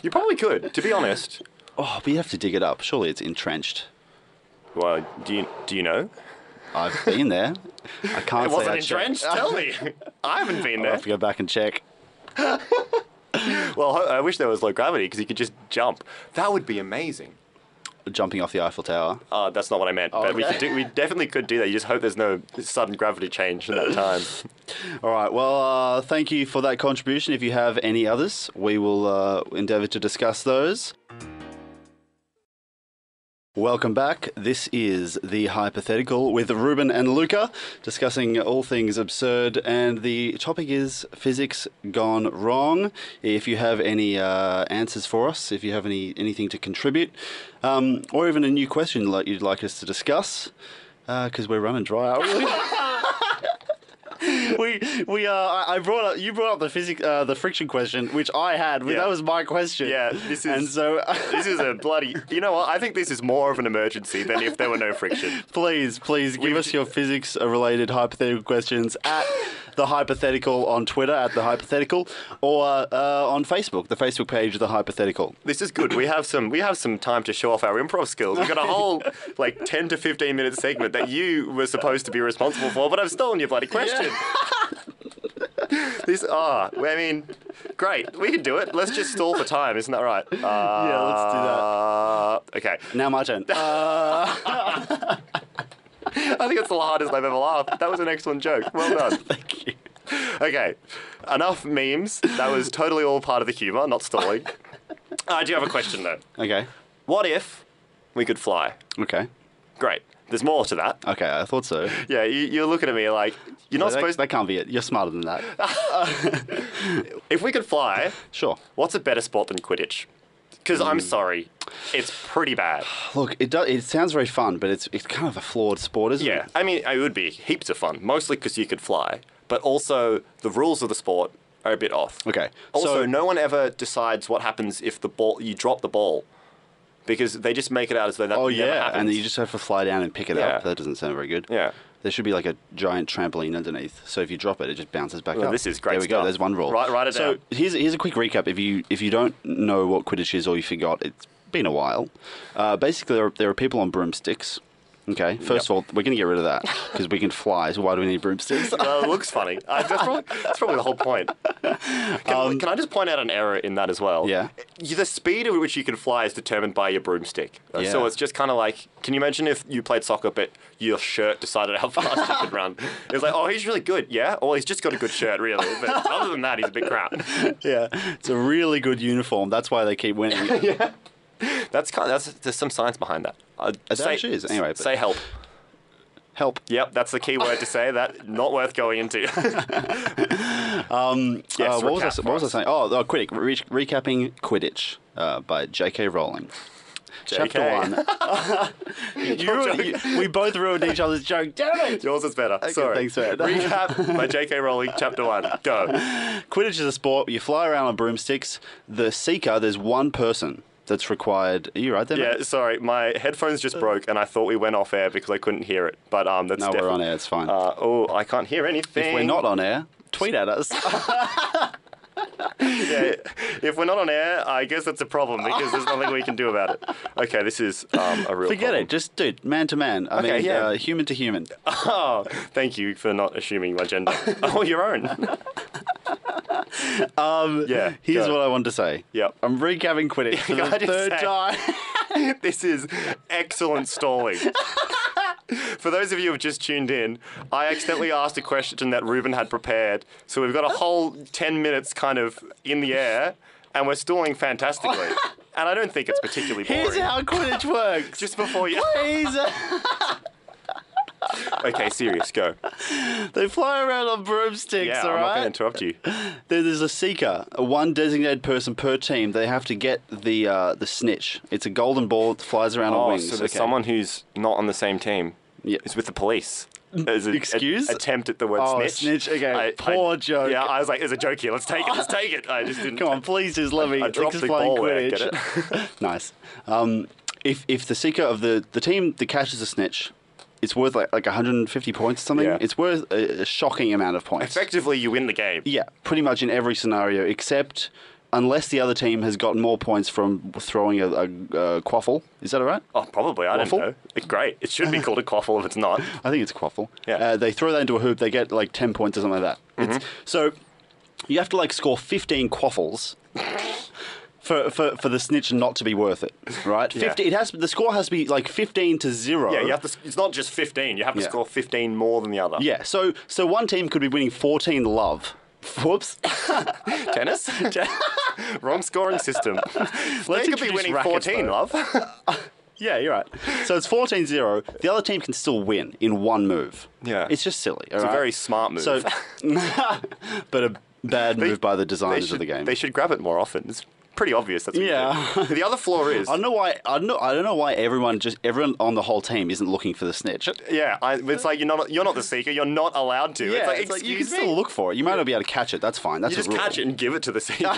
Speaker 3: You probably could, to be honest.
Speaker 2: oh, but you have to dig it up. Surely it's entrenched.
Speaker 3: Well, do you do you know?
Speaker 2: I've been there. I
Speaker 3: <laughs>
Speaker 2: can't
Speaker 3: It
Speaker 2: say
Speaker 3: wasn't
Speaker 2: I checked.
Speaker 3: entrenched. Tell me.
Speaker 2: <laughs>
Speaker 3: I haven't been
Speaker 2: I'll
Speaker 3: there.
Speaker 2: have to go back and check.
Speaker 3: Well, I I wish there was low gravity because you could just jump. That would be amazing.
Speaker 2: Jumping off the Eiffel Tower.
Speaker 3: Uh, that's not what I meant, but we,
Speaker 2: okay.
Speaker 3: could do, we definitely could do that. You just hope there's no sudden gravity change in that time.
Speaker 2: All right. Well, uh, thank you for that contribution. If you have any others, we will uh, endeavour to discuss those. Welcome back. This is The Hypothetical with Ruben and Luca discussing all things absurd, and the topic is physics gone wrong. If you have any uh, answers for us, if you have any anything to contribute, um, or even a new question like you'd like us to discuss, because we're running dry, aren't we? <laughs> we we uh, I- I brought up you brought up the physics uh, the friction question, which I had.
Speaker 3: Yeah.
Speaker 2: That was my question.
Speaker 3: Yeah, this is-
Speaker 2: and so <laughs>
Speaker 3: This is a bloody. You know what? I think this is more of an emergency than if there were no friction.
Speaker 2: please, please give
Speaker 3: We've-
Speaker 2: us your physics related hypothetical questions at the hypothetical on Twitter at the hypothetical or uh, on Facebook, the Facebook page the hypothetical.
Speaker 3: This is good. We have some. We have some time to show off our improv skills. We've got a
Speaker 2: <laughs>
Speaker 3: whole like ten to fifteen minute segment that you were supposed to be responsible for, but I've stolen your bloody question. this ah, I mean, great. We can do it. Let's just stall for time. Isn't that
Speaker 2: <laughs>
Speaker 3: right? Uh, yeah, let's do that. Okay.
Speaker 2: Now
Speaker 3: <laughs>
Speaker 2: my turn. Uh,
Speaker 3: I think it's the hardest I've ever laughed. That was an excellent joke. Well done.
Speaker 2: <laughs> thank you.
Speaker 3: Okay, enough memes. That was totally all part of the humour, not
Speaker 2: <laughs>
Speaker 3: stalling. I do have a question though.
Speaker 2: Okay.
Speaker 3: What if we could fly?
Speaker 2: Okay.
Speaker 3: Great. There's more to that.
Speaker 2: Okay, I thought so.
Speaker 3: Yeah, you, you're looking at me like you're not
Speaker 2: that,
Speaker 3: supposed.
Speaker 2: that can't be it. You're smarter than that.
Speaker 3: <laughs> if we could fly,
Speaker 2: Sure.
Speaker 3: what's a better sport than Quidditch? Because I'm
Speaker 2: Mm.
Speaker 3: sorry, it's pretty bad.
Speaker 2: Look, it does, it sounds very fun, but it's it's kind of a flawed sport, isn't
Speaker 3: Yeah,
Speaker 2: it?
Speaker 3: I mean, it would be heaps of fun, mostly because you could fly, but also the rules of the sport are a bit off.
Speaker 2: Okay,
Speaker 3: Also,
Speaker 2: so-
Speaker 3: no one ever decides what happens if the ball you drop the ball, because they just make it out as though that
Speaker 2: Oh
Speaker 3: never
Speaker 2: yeah,
Speaker 3: happens.
Speaker 2: and then you just have to fly down and pick it
Speaker 3: Yeah.
Speaker 2: up. That doesn't sound very good.
Speaker 3: Yeah.
Speaker 2: There should be like a giant trampoline underneath, so if you drop it, it just bounces back
Speaker 3: Well,
Speaker 2: up.
Speaker 3: this is great
Speaker 2: There we
Speaker 3: stuff.
Speaker 2: go. There's one rule.
Speaker 3: Write- write it
Speaker 2: so
Speaker 3: down.
Speaker 2: here's here's a quick recap. If you if you don't know what Quidditch is or you forgot, it's been a while. Uh, basically, there are, there are people on broomsticks. Okay. First of all, we're going to get rid of that because we can fly. So why do we
Speaker 3: <laughs>
Speaker 2: need broomsticks?
Speaker 3: Well, it looks funny. Uh, that's, probably, that's probably the whole point. Can, can I just point out an error in that as well?
Speaker 2: Um, Yeah.
Speaker 3: You- The speed at which you can fly is determined by your broomstick. Uh, So
Speaker 2: Yeah.
Speaker 3: it's just kind of like, can you imagine if you played soccer but your shirt decided how <laughs> fast you could run? It's like, oh, he's really good, yeah? Or he's just got a good shirt, really. But other than that, he's a big crap.
Speaker 2: yeah. <laughs> It's a really good uniform. That's why they keep winning.
Speaker 3: <laughs> That's kind. Of, that's there's some science behind that. Uh,
Speaker 2: There actually is, anyway, but-
Speaker 3: say help.
Speaker 2: Help.
Speaker 3: Yep, that's the key word to say. That not worth going
Speaker 2: <laughs>
Speaker 3: into. um,
Speaker 2: Uh, what, was I, what was I saying? Oh, oh Quidditch. Re- recapping Quidditch uh, by J.K. Rowling. Chapter
Speaker 3: JK.
Speaker 2: <laughs> one. You ruined- you- we both ruined each other's joke. Damn
Speaker 3: <laughs>
Speaker 2: it!
Speaker 3: Yours is better. Sorry.
Speaker 2: thanks, man.
Speaker 3: Recap by J.K.
Speaker 2: <laughs>
Speaker 3: Rowling, chapter one. Go.
Speaker 2: Quidditch is a sport. You fly around on broomsticks. The seeker, there's one person that's required. Are you right there? mate?
Speaker 3: Yeah, sorry, my headphones just broke, and I thought we went off air because I couldn't hear it. But um, that's
Speaker 2: No, we're
Speaker 3: definitely-
Speaker 2: on air. It's fine.
Speaker 3: Uh, oh, I can't hear anything.
Speaker 2: if we're not on air, tweet at us.
Speaker 3: <laughs> yeah, if we're not on air, I guess that's a problem because there's nothing we can do about it. Okay, this is um, a real.
Speaker 2: Forget
Speaker 3: problem.
Speaker 2: it. Just dude, man to man. I
Speaker 3: Okay,
Speaker 2: mean,
Speaker 3: yeah.
Speaker 2: uh, human to human.
Speaker 3: Oh, thank you for not assuming my gender. <laughs> oh, your
Speaker 2: <laughs>
Speaker 3: own. um, yeah.
Speaker 2: Here's
Speaker 3: go.
Speaker 2: what I wanted to say.
Speaker 3: Yep.
Speaker 2: I'm recapping Quidditch for
Speaker 3: Can I
Speaker 2: the
Speaker 3: just
Speaker 2: third
Speaker 3: say-
Speaker 2: time. <laughs>
Speaker 3: <laughs> this is excellent stalling. For those of you who have just tuned in, I accidentally asked a question that Ruben had prepared. So we've got a whole 10 minutes kind of in the air, and we're stalling
Speaker 2: <laughs>
Speaker 3: fantastically. And I don't think it's particularly boring.
Speaker 2: Here's how Quidditch
Speaker 3: <laughs>
Speaker 2: works.
Speaker 3: just before
Speaker 2: <laughs>
Speaker 3: you.
Speaker 2: Please.
Speaker 3: Okay, serious, go.
Speaker 2: they fly around on broomsticks,
Speaker 3: Yeah,
Speaker 2: all
Speaker 3: I'm not going to
Speaker 2: right?
Speaker 3: interrupt you.
Speaker 2: There- There's a seeker, a one designated person per team. They have to get the uh, the snitch. It's a golden ball that flies around on
Speaker 3: Oh,
Speaker 2: wings.
Speaker 3: so there's
Speaker 2: Okay.
Speaker 3: someone who's not on the same team.
Speaker 2: Yeah. Mm,
Speaker 3: It's with the police. There's a- a-
Speaker 2: Excuse?
Speaker 3: attempt at the word
Speaker 2: Oh,
Speaker 3: snitch.
Speaker 2: snitch, okay. Poor joke.
Speaker 3: Yeah, I was like, there's a joke here. Let's take it. Let's take it. I just didn't.
Speaker 2: Come on, please just let
Speaker 3: <laughs>
Speaker 2: me
Speaker 3: I dropped the
Speaker 2: explain
Speaker 3: ball there,
Speaker 2: Quidditch. <laughs> nice. Um, if if the seeker of the the team that catches a snitch, it's worth like like 150 points or something.
Speaker 3: Yeah.
Speaker 2: It's worth a, a shocking amount of points.
Speaker 3: Effectively, you win the game.
Speaker 2: Yeah, pretty much in every scenario except unless the other team has gotten more points from throwing a, a, a quaffle. Is that all right?
Speaker 3: Oh, probably. I
Speaker 2: Waffle?
Speaker 3: don't know. It's great. It should be called
Speaker 2: <laughs>
Speaker 3: a quaffle if it's not.
Speaker 2: I think it's a quaffle.
Speaker 3: Yeah.
Speaker 2: Uh, they throw that into a hoop, they get like 10 points or something like that. It's,
Speaker 3: Mm-hmm.
Speaker 2: so you have to like score 15 quaffles. <laughs> For, for, for the snitch not to be worth it, right?
Speaker 3: Yeah.
Speaker 2: 50, it has the score has to be like 15 to 0.
Speaker 3: Yeah, you have to. s- It's not just 15. You have to
Speaker 2: Yeah.
Speaker 3: score 15 more than the other.
Speaker 2: Yeah, so so one team could be winning 14 love. <laughs> Whoops.
Speaker 3: <laughs>
Speaker 2: <laughs>
Speaker 3: Tennis. <laughs> Wrong scoring system. <laughs> they could be
Speaker 2: introduce
Speaker 3: winning
Speaker 2: rackets,
Speaker 3: 14,
Speaker 2: though.
Speaker 3: love.
Speaker 2: Yeah, you're right. So it's 14 0. The other team can still win in one move.
Speaker 3: Yeah.
Speaker 2: It's just silly.
Speaker 3: It's a very smart move.
Speaker 2: So, <laughs> but a bad <laughs> move by the designers
Speaker 3: should,
Speaker 2: of the game.
Speaker 3: They should grab it more often. It's pretty obvious. That's what you
Speaker 2: Yeah.
Speaker 3: do. the other flaw
Speaker 2: <laughs>
Speaker 3: is.
Speaker 2: I don't know why. I don't know. I don't know why everyone just everyone on the whole team isn't looking for the snitch.
Speaker 3: Yeah, I, it's like you're not you're not the seeker. You're not allowed to. it's like,
Speaker 2: you can
Speaker 3: excuse me?
Speaker 2: still look for it. You might not be able to catch it. That's fine. That's
Speaker 3: You
Speaker 2: a
Speaker 3: just
Speaker 2: rule.
Speaker 3: catch it and give it to the
Speaker 2: <laughs>
Speaker 3: seeker.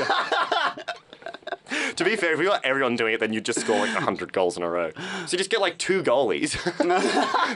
Speaker 3: to be fair, if you got everyone doing it, then you'd just score like 100 goals in a row. So you just get like two
Speaker 2: <laughs>
Speaker 3: goalies.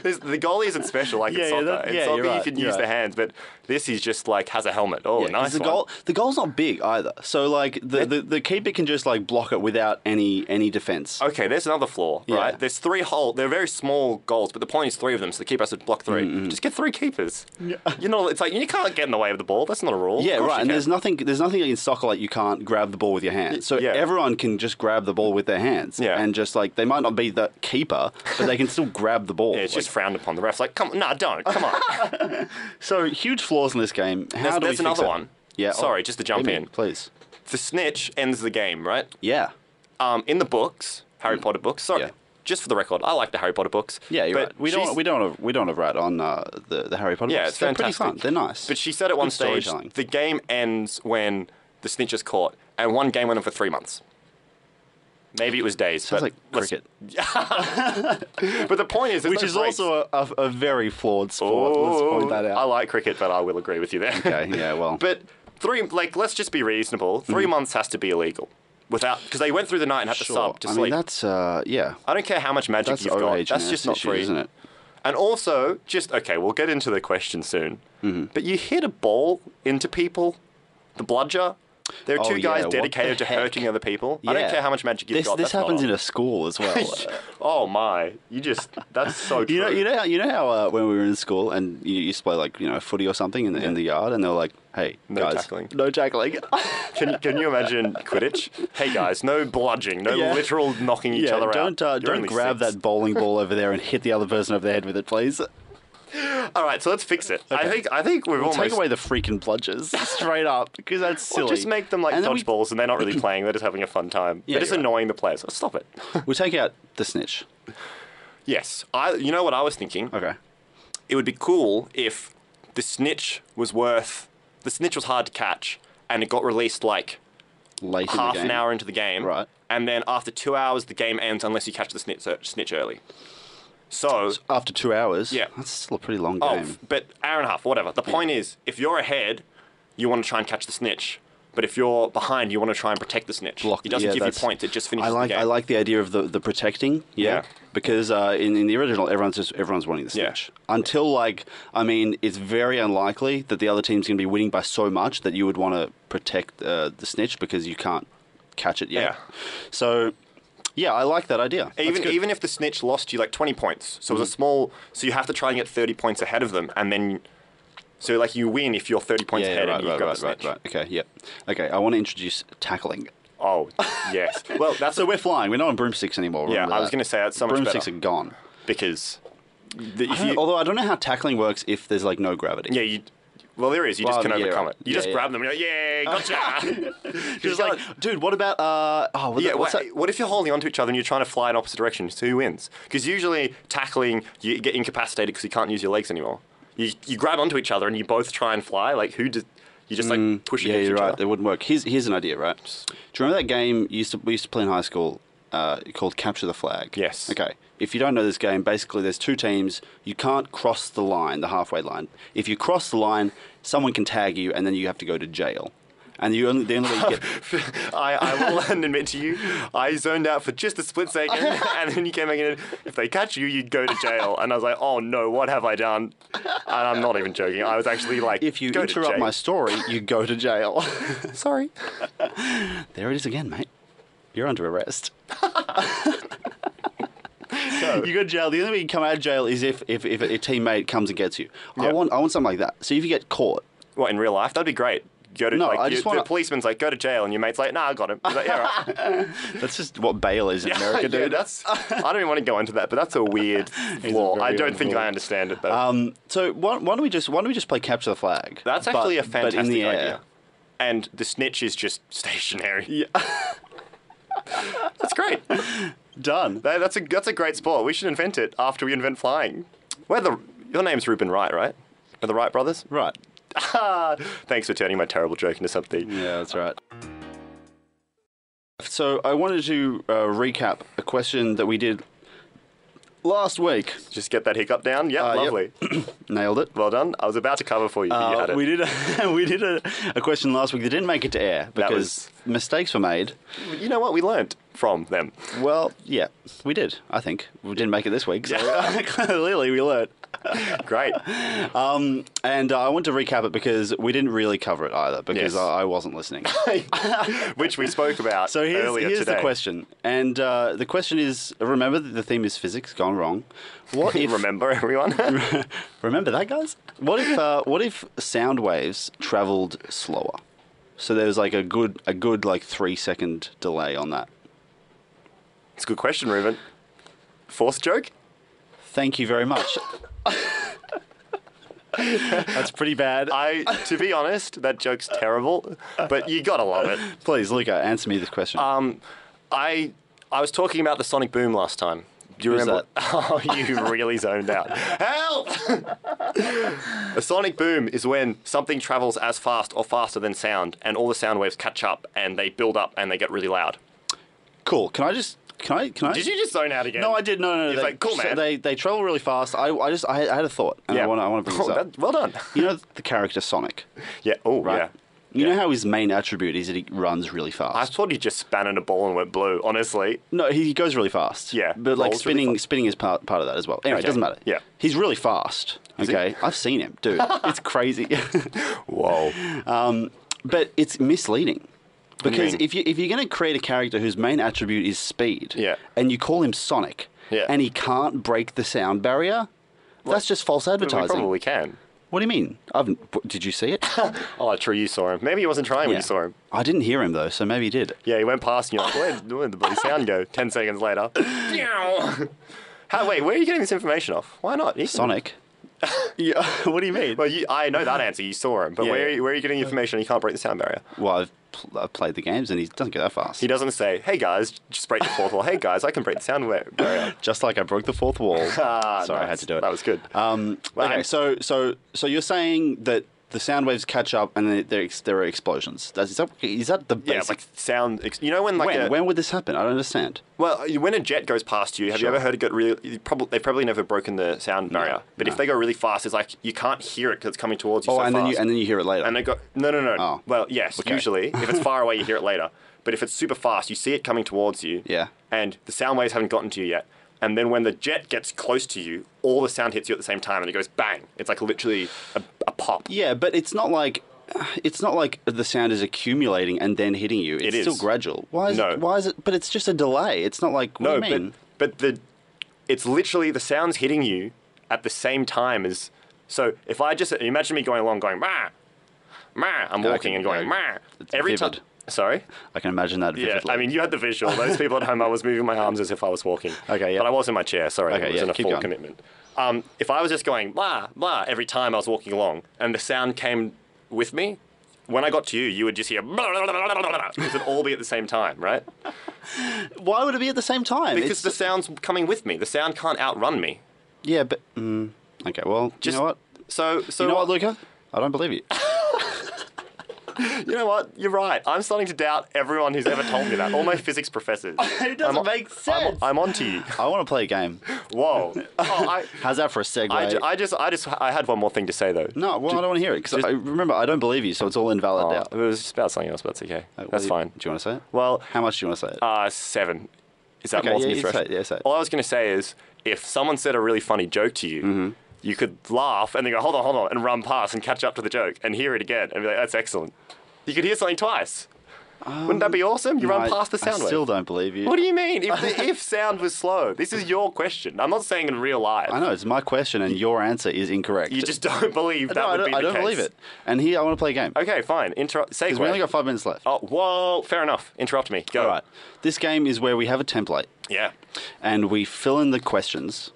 Speaker 3: There's- the goalie isn't special like in
Speaker 2: Yeah, yeah,
Speaker 3: soccer.
Speaker 2: that-
Speaker 3: in
Speaker 2: yeah, you're
Speaker 3: soccer, you
Speaker 2: right,
Speaker 3: can
Speaker 2: you're
Speaker 3: use the
Speaker 2: right.
Speaker 3: hands, but this is just like has a helmet. Oh,
Speaker 2: Yeah, 'cause
Speaker 3: nice
Speaker 2: the
Speaker 3: one.
Speaker 2: goal the goal's not big either. So like the, the, the keeper can just like block it without any any defense.
Speaker 3: Okay, there's another flaw,
Speaker 2: Yeah.
Speaker 3: right? There's three whole, they're very small goals, but the point is three of them, so the keeper has to block 3
Speaker 2: Mm-hmm.
Speaker 3: Just get three keepers. You know, it's like you can't get in the way of the ball. That's not a rule.
Speaker 2: Yeah,
Speaker 3: Of course
Speaker 2: right.
Speaker 3: you
Speaker 2: And
Speaker 3: can.
Speaker 2: there's nothing there's nothing in soccer like you can't grab the ball with your hands. So
Speaker 3: yeah.
Speaker 2: everyone can just grab the ball with their hands.
Speaker 3: Yeah.
Speaker 2: And just like they might not be the keeper, but they can still <laughs> grab the ball.
Speaker 3: Yeah, it's
Speaker 2: Like,
Speaker 3: just frowned upon. The ref's like, come on, nah, don't, come
Speaker 2: <laughs>
Speaker 3: on.
Speaker 2: so huge flaws in this game. How
Speaker 3: There's-
Speaker 2: do we
Speaker 3: there's
Speaker 2: fix
Speaker 3: another
Speaker 2: it?
Speaker 3: one.
Speaker 2: Yeah.
Speaker 3: Sorry, just to jump
Speaker 2: hit me,
Speaker 3: in.
Speaker 2: Please.
Speaker 3: the snitch ends the game, right?
Speaker 2: Yeah.
Speaker 3: Um, in the books, Harry Potter books. Sorry,
Speaker 2: Mm. Yeah.
Speaker 3: just for the record, I like the Harry Potter books.
Speaker 2: Yeah, you're
Speaker 3: but
Speaker 2: right. We don't,
Speaker 3: she's-
Speaker 2: we don't have we don't have right on uh, the the Harry Potter.
Speaker 3: Yeah,
Speaker 2: books.
Speaker 3: it's
Speaker 2: they're
Speaker 3: fantastic.
Speaker 2: pretty fun. They're nice.
Speaker 3: But she said at one
Speaker 2: Good
Speaker 3: stage,
Speaker 2: storytelling.
Speaker 3: the game ends when the snitch is caught, and one game went on for three months. Maybe it was days.
Speaker 2: Sounds
Speaker 3: but
Speaker 2: like
Speaker 3: let's-
Speaker 2: cricket,
Speaker 3: <laughs> But the point is, there's
Speaker 2: which
Speaker 3: no
Speaker 2: is
Speaker 3: breaks.
Speaker 2: also a, a, a very flawed sport. Let's
Speaker 3: Oh,
Speaker 2: point that out.
Speaker 3: I like cricket, but I will agree with you there.
Speaker 2: Okay, yeah,
Speaker 3: <laughs>
Speaker 2: well.
Speaker 3: But three, like, let's just be reasonable. 3 months has to be illegal, without because they went through the night and had to
Speaker 2: sure.
Speaker 3: sub to
Speaker 2: I
Speaker 3: sleep.
Speaker 2: mean, that's uh, yeah.
Speaker 3: I don't care how much magic
Speaker 2: That's
Speaker 3: you've got.
Speaker 2: overage.
Speaker 3: That's
Speaker 2: and
Speaker 3: just
Speaker 2: that's
Speaker 3: not
Speaker 2: issue,
Speaker 3: free,
Speaker 2: isn't it?
Speaker 3: And also, just okay, we'll get into the question soon.
Speaker 2: Mm-hmm.
Speaker 3: But you hit a ball into people, the bludger. There are
Speaker 2: Oh,
Speaker 3: two
Speaker 2: yeah,
Speaker 3: guys
Speaker 2: what
Speaker 3: dedicated to
Speaker 2: the
Speaker 3: hurting other people. I
Speaker 2: Yeah.
Speaker 3: don't care how much magic you've
Speaker 2: this,
Speaker 3: got.
Speaker 2: This
Speaker 3: that's
Speaker 2: happens
Speaker 3: not
Speaker 2: in a school as well.
Speaker 3: on. Oh my! You just—that's so true.
Speaker 2: <laughs> You know, you know how you know how uh, when we were in school and you used to play like you know footy or something in the in the yard, and they were like, "Hey,
Speaker 3: No
Speaker 2: guys,
Speaker 3: tackling.
Speaker 2: no tackling."
Speaker 3: Can, can you imagine Quidditch? Hey guys, no bludging, no
Speaker 2: Yeah.
Speaker 3: literal knocking each
Speaker 2: <laughs> yeah,
Speaker 3: other
Speaker 2: don't
Speaker 3: out.
Speaker 2: uh,
Speaker 3: You're
Speaker 2: don't
Speaker 3: only
Speaker 2: grab
Speaker 3: six.
Speaker 2: that bowling ball over there and hit the other person over the head with it, please.
Speaker 3: All right, so let's fix it. I think I think we've almost
Speaker 2: Take away the freaking
Speaker 3: <laughs>
Speaker 2: bludgers straight up because that's silly.
Speaker 3: Or just make them like
Speaker 2: And then we-
Speaker 3: dodgeballs, and they're not really playing. They're just having a fun time.
Speaker 2: Yeah,
Speaker 3: they're just
Speaker 2: you're right.
Speaker 3: annoying the players. Oh, Stop it. <laughs>
Speaker 2: We'll take out the snitch.
Speaker 3: Yes, I. You know what I was thinking?
Speaker 2: Okay.
Speaker 3: It would be cool if the snitch was worth. The snitch was hard to catch, and it got released like
Speaker 2: Late in the
Speaker 3: half an
Speaker 2: game.
Speaker 3: hour into the game.
Speaker 2: Right.
Speaker 3: And then after two hours, the game ends unless you catch the snitch, uh, snitch early. So
Speaker 2: After two hours.
Speaker 3: Yeah.
Speaker 2: That's still a pretty long
Speaker 3: Oh,
Speaker 2: game.
Speaker 3: f- but hour and a half, whatever. The point is, if you're ahead, you want to try and catch the snitch. But if you're behind, you want to try and protect the snitch.
Speaker 2: Block-
Speaker 3: it doesn't
Speaker 2: yeah,
Speaker 3: give you
Speaker 2: that's-
Speaker 3: points. It just finishes
Speaker 2: I like
Speaker 3: the game.
Speaker 2: I like the idea of the, the protecting. Yeah.
Speaker 3: Yeah.
Speaker 2: Because uh, in, in the original, everyone's just everyone's wanting the
Speaker 3: Yeah.
Speaker 2: snitch until like I mean, it's very unlikely that the other team's going to be winning by so much that you would want to protect uh, the snitch because you can't catch it yet.
Speaker 3: Yeah.
Speaker 2: So. Yeah, I like that idea. That's
Speaker 3: even
Speaker 2: good. Mm-hmm.
Speaker 3: even if the snitch lost you like 20 points, so it was a small. So you have to try and get 30 points ahead of them, and then so like you win if you're 30 points ahead and you have got the snitch.
Speaker 2: Okay, yep. Okay, I want to introduce tackling.
Speaker 3: Oh
Speaker 2: <laughs>
Speaker 3: yes. Well, that's
Speaker 2: So we're flying. We're not on broomsticks anymore.
Speaker 3: Yeah,
Speaker 2: remember
Speaker 3: I was
Speaker 2: that.
Speaker 3: gonna say, that's so much
Speaker 2: broomsticks
Speaker 3: better.
Speaker 2: are gone.
Speaker 3: because the, if
Speaker 2: I don't-
Speaker 3: you
Speaker 2: although I don't know how tackling works if there's like no gravity.
Speaker 3: yeah you. Well, there is. You
Speaker 2: Well,
Speaker 3: just can
Speaker 2: yeah,
Speaker 3: overcome
Speaker 2: right.
Speaker 3: it. You
Speaker 2: Yeah,
Speaker 3: just
Speaker 2: yeah.
Speaker 3: grab them. And you're like, yeah, gotcha.
Speaker 2: <laughs> Just like, dude, what about uh? Oh, what
Speaker 3: Yeah,
Speaker 2: the, what's
Speaker 3: what,
Speaker 2: that?
Speaker 3: what if you're holding onto each other and you're trying to fly in opposite directions? Who wins? Because usually tackling, you get incapacitated because you can't use your legs anymore. You, you grab onto each other and you both try and fly. Like who does? You just like push
Speaker 2: Mm, Yeah,
Speaker 3: against
Speaker 2: you're
Speaker 3: each
Speaker 2: right.
Speaker 3: other.
Speaker 2: It wouldn't work. Here's here's an idea, right? Do you remember that game you used to we used to play in high school uh, called Capture the Flag?
Speaker 3: Yes.
Speaker 2: Okay. If you don't know this game, basically there's two teams. You can't cross the line, the halfway line. If you cross the line, someone can tag you, and then you have to go to jail. And you only the only way you
Speaker 3: <laughs> <laughs>
Speaker 2: get
Speaker 3: I, I will <laughs> admit to you, I zoned out for just a split
Speaker 2: <laughs>
Speaker 3: second, and then you came back in. and If they catch you, you go to jail. And I was like, oh no, what have I done? And I'm not even joking. I was actually like,
Speaker 2: if you
Speaker 3: go to
Speaker 2: interrupt
Speaker 3: jail.
Speaker 2: my story, you go
Speaker 3: <laughs>
Speaker 2: to jail.
Speaker 3: sorry.
Speaker 2: there it is again, mate. You're under arrest.
Speaker 3: So,
Speaker 2: <laughs> You go to jail. The only way you come out of jail is if if, if a teammate comes and gets you. I
Speaker 3: Yeah.
Speaker 2: want I want something like that. So if you get caught,
Speaker 3: what in real life? That'd be great. Go to
Speaker 2: No,
Speaker 3: like
Speaker 2: I
Speaker 3: you-
Speaker 2: just
Speaker 3: the
Speaker 2: wanna-
Speaker 3: policeman's like, go to jail, and your mate's like, nah, I got him. He's like, yeah, right.
Speaker 2: that's just what bail is in <laughs> America,
Speaker 3: yeah,
Speaker 2: dude.
Speaker 3: that's. I don't even want to go into that, but that's a weird
Speaker 2: <laughs>
Speaker 3: flaw.
Speaker 2: very
Speaker 3: I don't
Speaker 2: weird
Speaker 3: think
Speaker 2: flaw.
Speaker 3: I understand it though.
Speaker 2: Um, so why, why don't we just why don't we just play capture the flag?
Speaker 3: that's
Speaker 2: but-
Speaker 3: actually a
Speaker 2: but in
Speaker 3: fantastic
Speaker 2: the air.
Speaker 3: idea. And the snitch is just <laughs> stationary.
Speaker 2: Yeah.
Speaker 3: That's great.
Speaker 2: <laughs> Done.
Speaker 3: That- that's a that's a great sport. We should invent it after we invent flying. Where the your name's Ruben Wright, right? Are the Wright brothers? <laughs>
Speaker 2: Right.
Speaker 3: Ah, Thanks for turning my terrible joke into something.
Speaker 2: Yeah, that's right. So I wanted to uh, recap a question that we did last week.
Speaker 3: Just get that hiccup down. Yeah,
Speaker 2: Uh, yep.
Speaker 3: lovely.
Speaker 2: Nailed it.
Speaker 3: Well done. I was about to cover for you, but you
Speaker 2: Uh,
Speaker 3: had it.
Speaker 2: we did a, <laughs> we did a, a question last week that didn't make it to air
Speaker 3: That
Speaker 2: because mistakes were made.
Speaker 3: You know what? We learnt from
Speaker 2: <laughs>
Speaker 3: them.
Speaker 2: Well, yeah, we did. I think we didn't make it this week, so <laughs> clearly we learned. <laughs>
Speaker 3: Great.
Speaker 2: Um, and uh, I want to recap it because we didn't really cover it either because
Speaker 3: Yes.
Speaker 2: I, I wasn't listening.
Speaker 3: Which we spoke about
Speaker 2: So here's,
Speaker 3: earlier
Speaker 2: here's
Speaker 3: today.
Speaker 2: the question, and uh, the question is: Remember that the theme is physics gone wrong.
Speaker 3: <laughs>
Speaker 2: What if
Speaker 3: Remember, everyone?
Speaker 2: remember that, guys? What if uh, what if sound waves traveled slower? So there was like a good a good like three second delay on that.
Speaker 3: it's a good question, Ruben. Forced joke?
Speaker 2: Thank you very much. <laughs> That's pretty bad.
Speaker 3: I, to be honest, that joke's terrible, but you gotta love it.
Speaker 2: Please, Luca, answer me this question.
Speaker 3: Um, I I was talking about the sonic boom last time. Do you
Speaker 2: Who's
Speaker 3: remember? <laughs> Oh, you really zoned out. Help! a sonic boom is when something travels as fast or faster than sound, and all the sound waves catch up and they build up and they get really loud.
Speaker 2: cool. Can I just? Can I? Can I?
Speaker 3: Did you just zone out again?
Speaker 2: No, I did. No, no, no.
Speaker 3: It's
Speaker 2: they,
Speaker 3: like, cool, man.
Speaker 2: They they travel really fast. I, I just I, I had a thought, and I want I want
Speaker 3: <laughs>
Speaker 2: to bring this
Speaker 3: Oh,
Speaker 2: up.
Speaker 3: that- well done.
Speaker 2: You know the character Sonic,
Speaker 3: Yeah. Oh,
Speaker 2: right?
Speaker 3: yeah.
Speaker 2: You know how his main attribute is that he runs really fast.
Speaker 3: I thought he just span in a ball and went blue. Honestly,
Speaker 2: No, he goes really fast.
Speaker 3: Yeah,
Speaker 2: but like
Speaker 3: rolls really
Speaker 2: spinning,
Speaker 3: fast.
Speaker 2: spinning is part, part of that as well. Anyway,
Speaker 3: Okay,
Speaker 2: it doesn't matter.
Speaker 3: yeah.
Speaker 2: he's really fast.
Speaker 3: he?
Speaker 2: okay, I've seen him,
Speaker 3: <laughs>
Speaker 2: dude. it's crazy, <laughs>
Speaker 3: whoa.
Speaker 2: but it's misleading
Speaker 3: do you
Speaker 2: because
Speaker 3: mean?
Speaker 2: if you if you're going to create a character whose main attribute is speed,
Speaker 3: Yeah.
Speaker 2: and you call him Sonic,
Speaker 3: Yeah.
Speaker 2: and he can't break the sound barrier, that's just false
Speaker 3: we
Speaker 2: advertising.
Speaker 3: probably can.
Speaker 2: What do you mean? I've, w- did
Speaker 3: <laughs>
Speaker 2: you see it? yeah.
Speaker 3: Oh, true. You saw him. Maybe he wasn't trying when you saw him.
Speaker 2: I didn't hear him though, so maybe he did.
Speaker 3: Yeah, he went past and you're like, where, where did the bloody sound go? <laughs> Ten seconds
Speaker 2: <laughs>
Speaker 3: later. Meow. How, wait, where are you getting this information off? Why not? You can-
Speaker 2: Sonic. yeah. <laughs> What do you mean?
Speaker 3: Well, you, I know that answer. You saw him. But
Speaker 2: Yeah,
Speaker 3: where,
Speaker 2: yeah.
Speaker 3: where are you getting the information he can't break the sound barrier?
Speaker 2: Well, I've, pl- I've played the games, and he doesn't go that fast.
Speaker 3: He doesn't say, hey guys, just break the fourth wall. Hey guys, I can break the sound wa- barrier.
Speaker 2: Just like I broke the fourth wall.
Speaker 3: <laughs> Ah,
Speaker 2: <laughs> Sorry, I had
Speaker 3: nice.
Speaker 2: to do it.
Speaker 3: That was good.
Speaker 2: Um,
Speaker 3: Well,
Speaker 2: okay,
Speaker 3: I'm-
Speaker 2: so so so you're saying that the sound waves catch up and there- there ex- there are explosions. That's, is that is that the
Speaker 3: yeah,
Speaker 2: basic?
Speaker 3: like sound. Ex- you know when like
Speaker 2: when
Speaker 3: a,
Speaker 2: when would this happen? I don't understand.
Speaker 3: Well, you- when a jet goes past you, have
Speaker 2: Sure.
Speaker 3: you ever heard it go really? you Probably, they've probably never broken the sound barrier. but
Speaker 2: no.
Speaker 3: if they go really fast, it's like you can't hear it because it's coming towards you.
Speaker 2: Oh,
Speaker 3: so
Speaker 2: and then you
Speaker 3: fast.
Speaker 2: and then you hear it later.
Speaker 3: And they go no, no, no.
Speaker 2: Oh.
Speaker 3: Well, yes,
Speaker 2: Okay.
Speaker 3: usually if it's far away, you
Speaker 2: <laughs>
Speaker 3: hear it later. But if it's super fast, you see it coming towards you.
Speaker 2: Yeah.
Speaker 3: And the sound waves haven't gotten to you yet. And then when the jet gets close to you, all the sound hits you at the same time, and it goes bang. It's like literally a, a pop.
Speaker 2: yeah, but it's not like it's not like the sound is accumulating and then hitting you. It's
Speaker 3: It is.
Speaker 2: still gradual. Why is
Speaker 3: No.
Speaker 2: it, why is it? But it's just a delay. It's not like what
Speaker 3: No,
Speaker 2: do you mean?
Speaker 3: but but the it's literally the sounds hitting you at the same time as so if I just imagine me going along going ma ma I'm
Speaker 2: I
Speaker 3: walking and
Speaker 2: can-
Speaker 3: going
Speaker 2: I-
Speaker 3: ma
Speaker 2: it's
Speaker 3: every time.
Speaker 2: vivid.
Speaker 3: Sorry.
Speaker 2: I can imagine that.
Speaker 3: Yeah,
Speaker 2: Vividly.
Speaker 3: I mean you had the
Speaker 2: <laughs>
Speaker 3: visual. Those people at home, I was moving my arms as if I was walking.
Speaker 2: Okay, yeah.
Speaker 3: But I was in my chair. Sorry,
Speaker 2: Okay,
Speaker 3: I was
Speaker 2: yeah,
Speaker 3: in a
Speaker 2: keep
Speaker 3: full
Speaker 2: going.
Speaker 3: commitment. Um, if I was just going blah blah every time I was walking along, and the sound came with me, when I got to you, you would just hear <laughs> blah blah blah blah blah blah. It would all be at the same time, right?
Speaker 2: why would it be at the same time?
Speaker 3: Because
Speaker 2: It's-
Speaker 3: the sound's coming with me. The sound can't outrun me.
Speaker 2: yeah, but mm, okay. Well,
Speaker 3: Just-
Speaker 2: you know what?
Speaker 3: So, so
Speaker 2: You know what, Luca? I don't believe you.
Speaker 3: You know what? You're right. I'm starting to doubt everyone who's ever told me that.
Speaker 2: <laughs>
Speaker 3: All my physics professors.
Speaker 2: It doesn't
Speaker 3: I'm-
Speaker 2: make
Speaker 3: I'm,
Speaker 2: sense.
Speaker 3: I'm on to you.
Speaker 2: I want to play a game. <laughs>
Speaker 3: Whoa. Oh, I,
Speaker 2: How's that for a segue?
Speaker 3: I, ju- I just, I just, I had one more thing to say though.
Speaker 2: no, well, I don't want to hear it because
Speaker 3: just-
Speaker 2: remember I don't believe you, so it's all invalid
Speaker 3: Oh,
Speaker 2: now.
Speaker 3: it was just about something else, but that's okay.
Speaker 2: Uh, what
Speaker 3: That's
Speaker 2: do you-
Speaker 3: fine.
Speaker 2: Do you want to say it?
Speaker 3: Well,
Speaker 2: how much do you want to say it?
Speaker 3: uh, seven. Is that
Speaker 2: Okay,
Speaker 3: more than
Speaker 2: yeah,
Speaker 3: you
Speaker 2: you say
Speaker 3: threshold?
Speaker 2: it, yeah, say it.
Speaker 3: All I was going to say is, if someone said a really funny joke to you,
Speaker 2: Mm-hmm.
Speaker 3: you could laugh and then go, hold on, hold on, and run past and catch up to the joke and hear it again and be like, that's excellent. You could hear something twice. Wouldn't that be awesome? You
Speaker 2: No,
Speaker 3: run
Speaker 2: I-
Speaker 3: past the sound
Speaker 2: Oh, I
Speaker 3: wave.
Speaker 2: still don't believe you.
Speaker 3: What do you mean? If
Speaker 2: <laughs>
Speaker 3: the if sound was slow, this is your question. I'm not saying in real life.
Speaker 2: I know it's my question, and your answer is incorrect.
Speaker 3: You just don't believe that
Speaker 2: no, I
Speaker 3: would
Speaker 2: don't,
Speaker 3: be the
Speaker 2: I don't
Speaker 3: case.
Speaker 2: believe it. And here I want to play a game because
Speaker 3: Okay, fine. Interrupt. Say
Speaker 2: we only got five minutes left.
Speaker 3: Oh, whoa! Fair enough. Interrupt me. Go.
Speaker 2: All right, this game is where we have a template
Speaker 3: Yeah.
Speaker 2: and we fill in the questions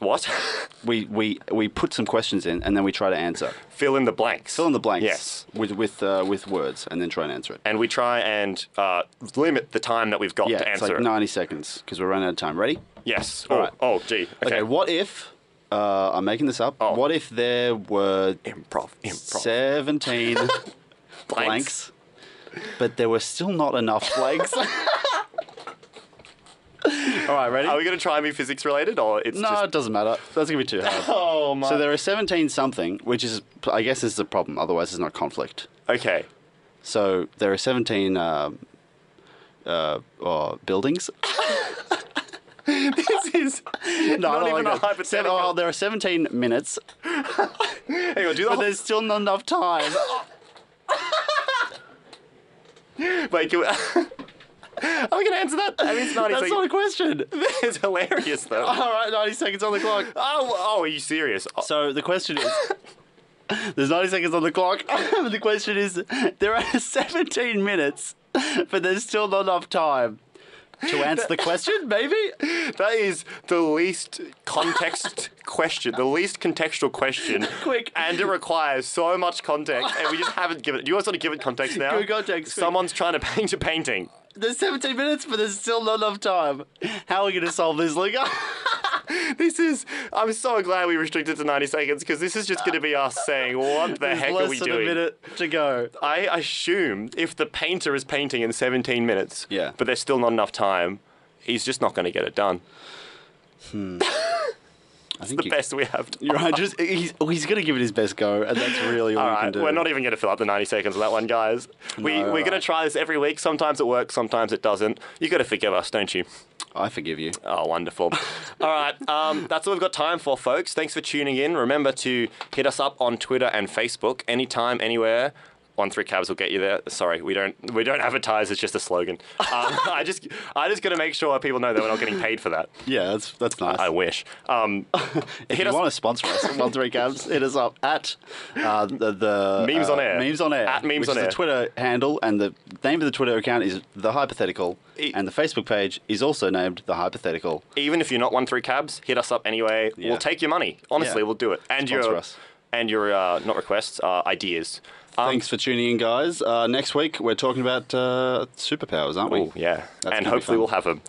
Speaker 3: What? <laughs>
Speaker 2: We, we, we put some questions in and then we try to answer.
Speaker 3: Fill in the blanks.
Speaker 2: Fill in the blanks
Speaker 3: Yes.
Speaker 2: with, with, uh, with words and then try and answer it.
Speaker 3: And we try and uh, limit the time that we've got
Speaker 2: yeah,
Speaker 3: to
Speaker 2: it's
Speaker 3: answer.
Speaker 2: like
Speaker 3: it.
Speaker 2: 90 seconds because we're running out of time. Ready?
Speaker 3: Yes.
Speaker 2: All
Speaker 3: oh,
Speaker 2: right.
Speaker 3: oh, gee.
Speaker 2: Okay,
Speaker 3: Okay.
Speaker 2: what if, uh, I'm making this up,
Speaker 3: Oh.
Speaker 2: what if there were
Speaker 3: Improv. Improv. <laughs>
Speaker 2: 17 blanks, but there were still not enough
Speaker 3: <laughs>
Speaker 2: blanks? All right, ready?
Speaker 3: Are we going to try and be physics related, or it's
Speaker 2: no,
Speaker 3: Oh, just?
Speaker 2: it doesn't matter. That's going to be too hard.
Speaker 3: Oh my.
Speaker 2: so there are 17 something, which is, I guess, is the problem. Otherwise, it's not conflict.
Speaker 3: okay.
Speaker 2: <laughs> So there are 17 um uh, uh, buildings.
Speaker 3: this is
Speaker 2: <laughs> No,
Speaker 3: not
Speaker 2: no,
Speaker 3: even
Speaker 2: okay.
Speaker 3: a hypothetical.
Speaker 2: Oh, there are 17 minutes,
Speaker 3: Hang on, do the
Speaker 2: but
Speaker 3: whole-
Speaker 2: there's still not enough time.
Speaker 3: Wait, can we... <laughs> Are we going to answer that? I mean, it's 90
Speaker 2: That's not a
Speaker 3: seconds.
Speaker 2: question.
Speaker 3: It's hilarious, though.
Speaker 2: All right, 90 seconds on the clock.
Speaker 3: Oh, oh, are you serious? Oh,
Speaker 2: So the question is <laughs> there's 90 seconds on the clock. <laughs> the question is there are <laughs> 17 minutes, but there's still not enough time to answer the question, maybe?
Speaker 3: that is the least context <laughs> question, the least contextual question.
Speaker 2: <laughs> Quick.
Speaker 3: And it requires so much context, and we just haven't given it. You guys want to give it context now?
Speaker 2: Good context, quick.
Speaker 3: Someone's trying to paint a painting.
Speaker 2: There's 17 minutes, but there's still not enough time. How are we going to solve this, Luca?
Speaker 3: This is. I'm so glad we restricted to 90 seconds because this is just going to be us saying, "What the heck are
Speaker 2: Less
Speaker 3: we
Speaker 2: than a
Speaker 3: doing?"
Speaker 2: minute to go.
Speaker 3: I assume if the painter is painting in 17 minutes,
Speaker 2: Yeah.
Speaker 3: but there's still not enough time, he's just not going to get it done.
Speaker 2: I think
Speaker 3: The best we have.
Speaker 2: You're right. Just he's, oh, he's going to give it his best go, and that's really all,
Speaker 3: All
Speaker 2: we can
Speaker 3: right,
Speaker 2: do.
Speaker 3: we're not even going to fill up the 90 seconds on that one, guys. we,
Speaker 2: No,
Speaker 3: we're
Speaker 2: all
Speaker 3: going to
Speaker 2: right.
Speaker 3: try this every week. Sometimes it works, sometimes it doesn't. you got to forgive us, don't you?
Speaker 2: I forgive you.
Speaker 3: Oh, wonderful. all right, um, that's all we've got time for, folks. Thanks for tuning in. Remember to hit us up on Twitter and Facebook anytime, anywhere. One three cabs will get you there. Sorry, we don't we don't advertise. It's just a slogan. Um, <laughs> I just I just got to make sure people know that we're not getting paid for that.
Speaker 2: Yeah, that's that's nice.
Speaker 3: I wish. Um,
Speaker 2: If
Speaker 3: hit
Speaker 2: you
Speaker 3: us-
Speaker 2: want to sponsor us, one three cabs, hit us up at uh, the, the
Speaker 3: Memes
Speaker 2: uh,
Speaker 3: on Air.
Speaker 2: Memes on air.
Speaker 3: At Memes
Speaker 2: which
Speaker 3: on
Speaker 2: is
Speaker 3: Air.
Speaker 2: The Twitter handle and the name of the Twitter account is the hypothetical,
Speaker 3: E-
Speaker 2: and the Facebook page is also named the hypothetical.
Speaker 3: even if you're not one three cabs, hit us up anyway.
Speaker 2: Yeah.
Speaker 3: We'll take your money. Honestly,
Speaker 2: Yeah.
Speaker 3: we'll do it. And
Speaker 2: Sponsor
Speaker 3: your
Speaker 2: us.
Speaker 3: and your uh, not requests, uh, ideas. Um,
Speaker 2: Thanks for tuning in, guys. Uh, next week we're talking about uh, superpowers, aren't we?
Speaker 3: Ooh, yeah.
Speaker 2: That's gonna
Speaker 3: and
Speaker 2: be
Speaker 3: hopefully
Speaker 2: fun.
Speaker 3: we'll have them.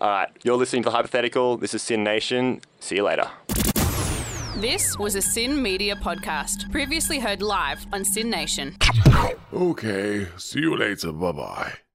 Speaker 3: All right. You're listening to The Hypothetical. This is Sin Nation. See you later.
Speaker 1: This was a Sin Media podcast, previously heard live on Sin Nation.
Speaker 4: Okay, see you later. Bye bye.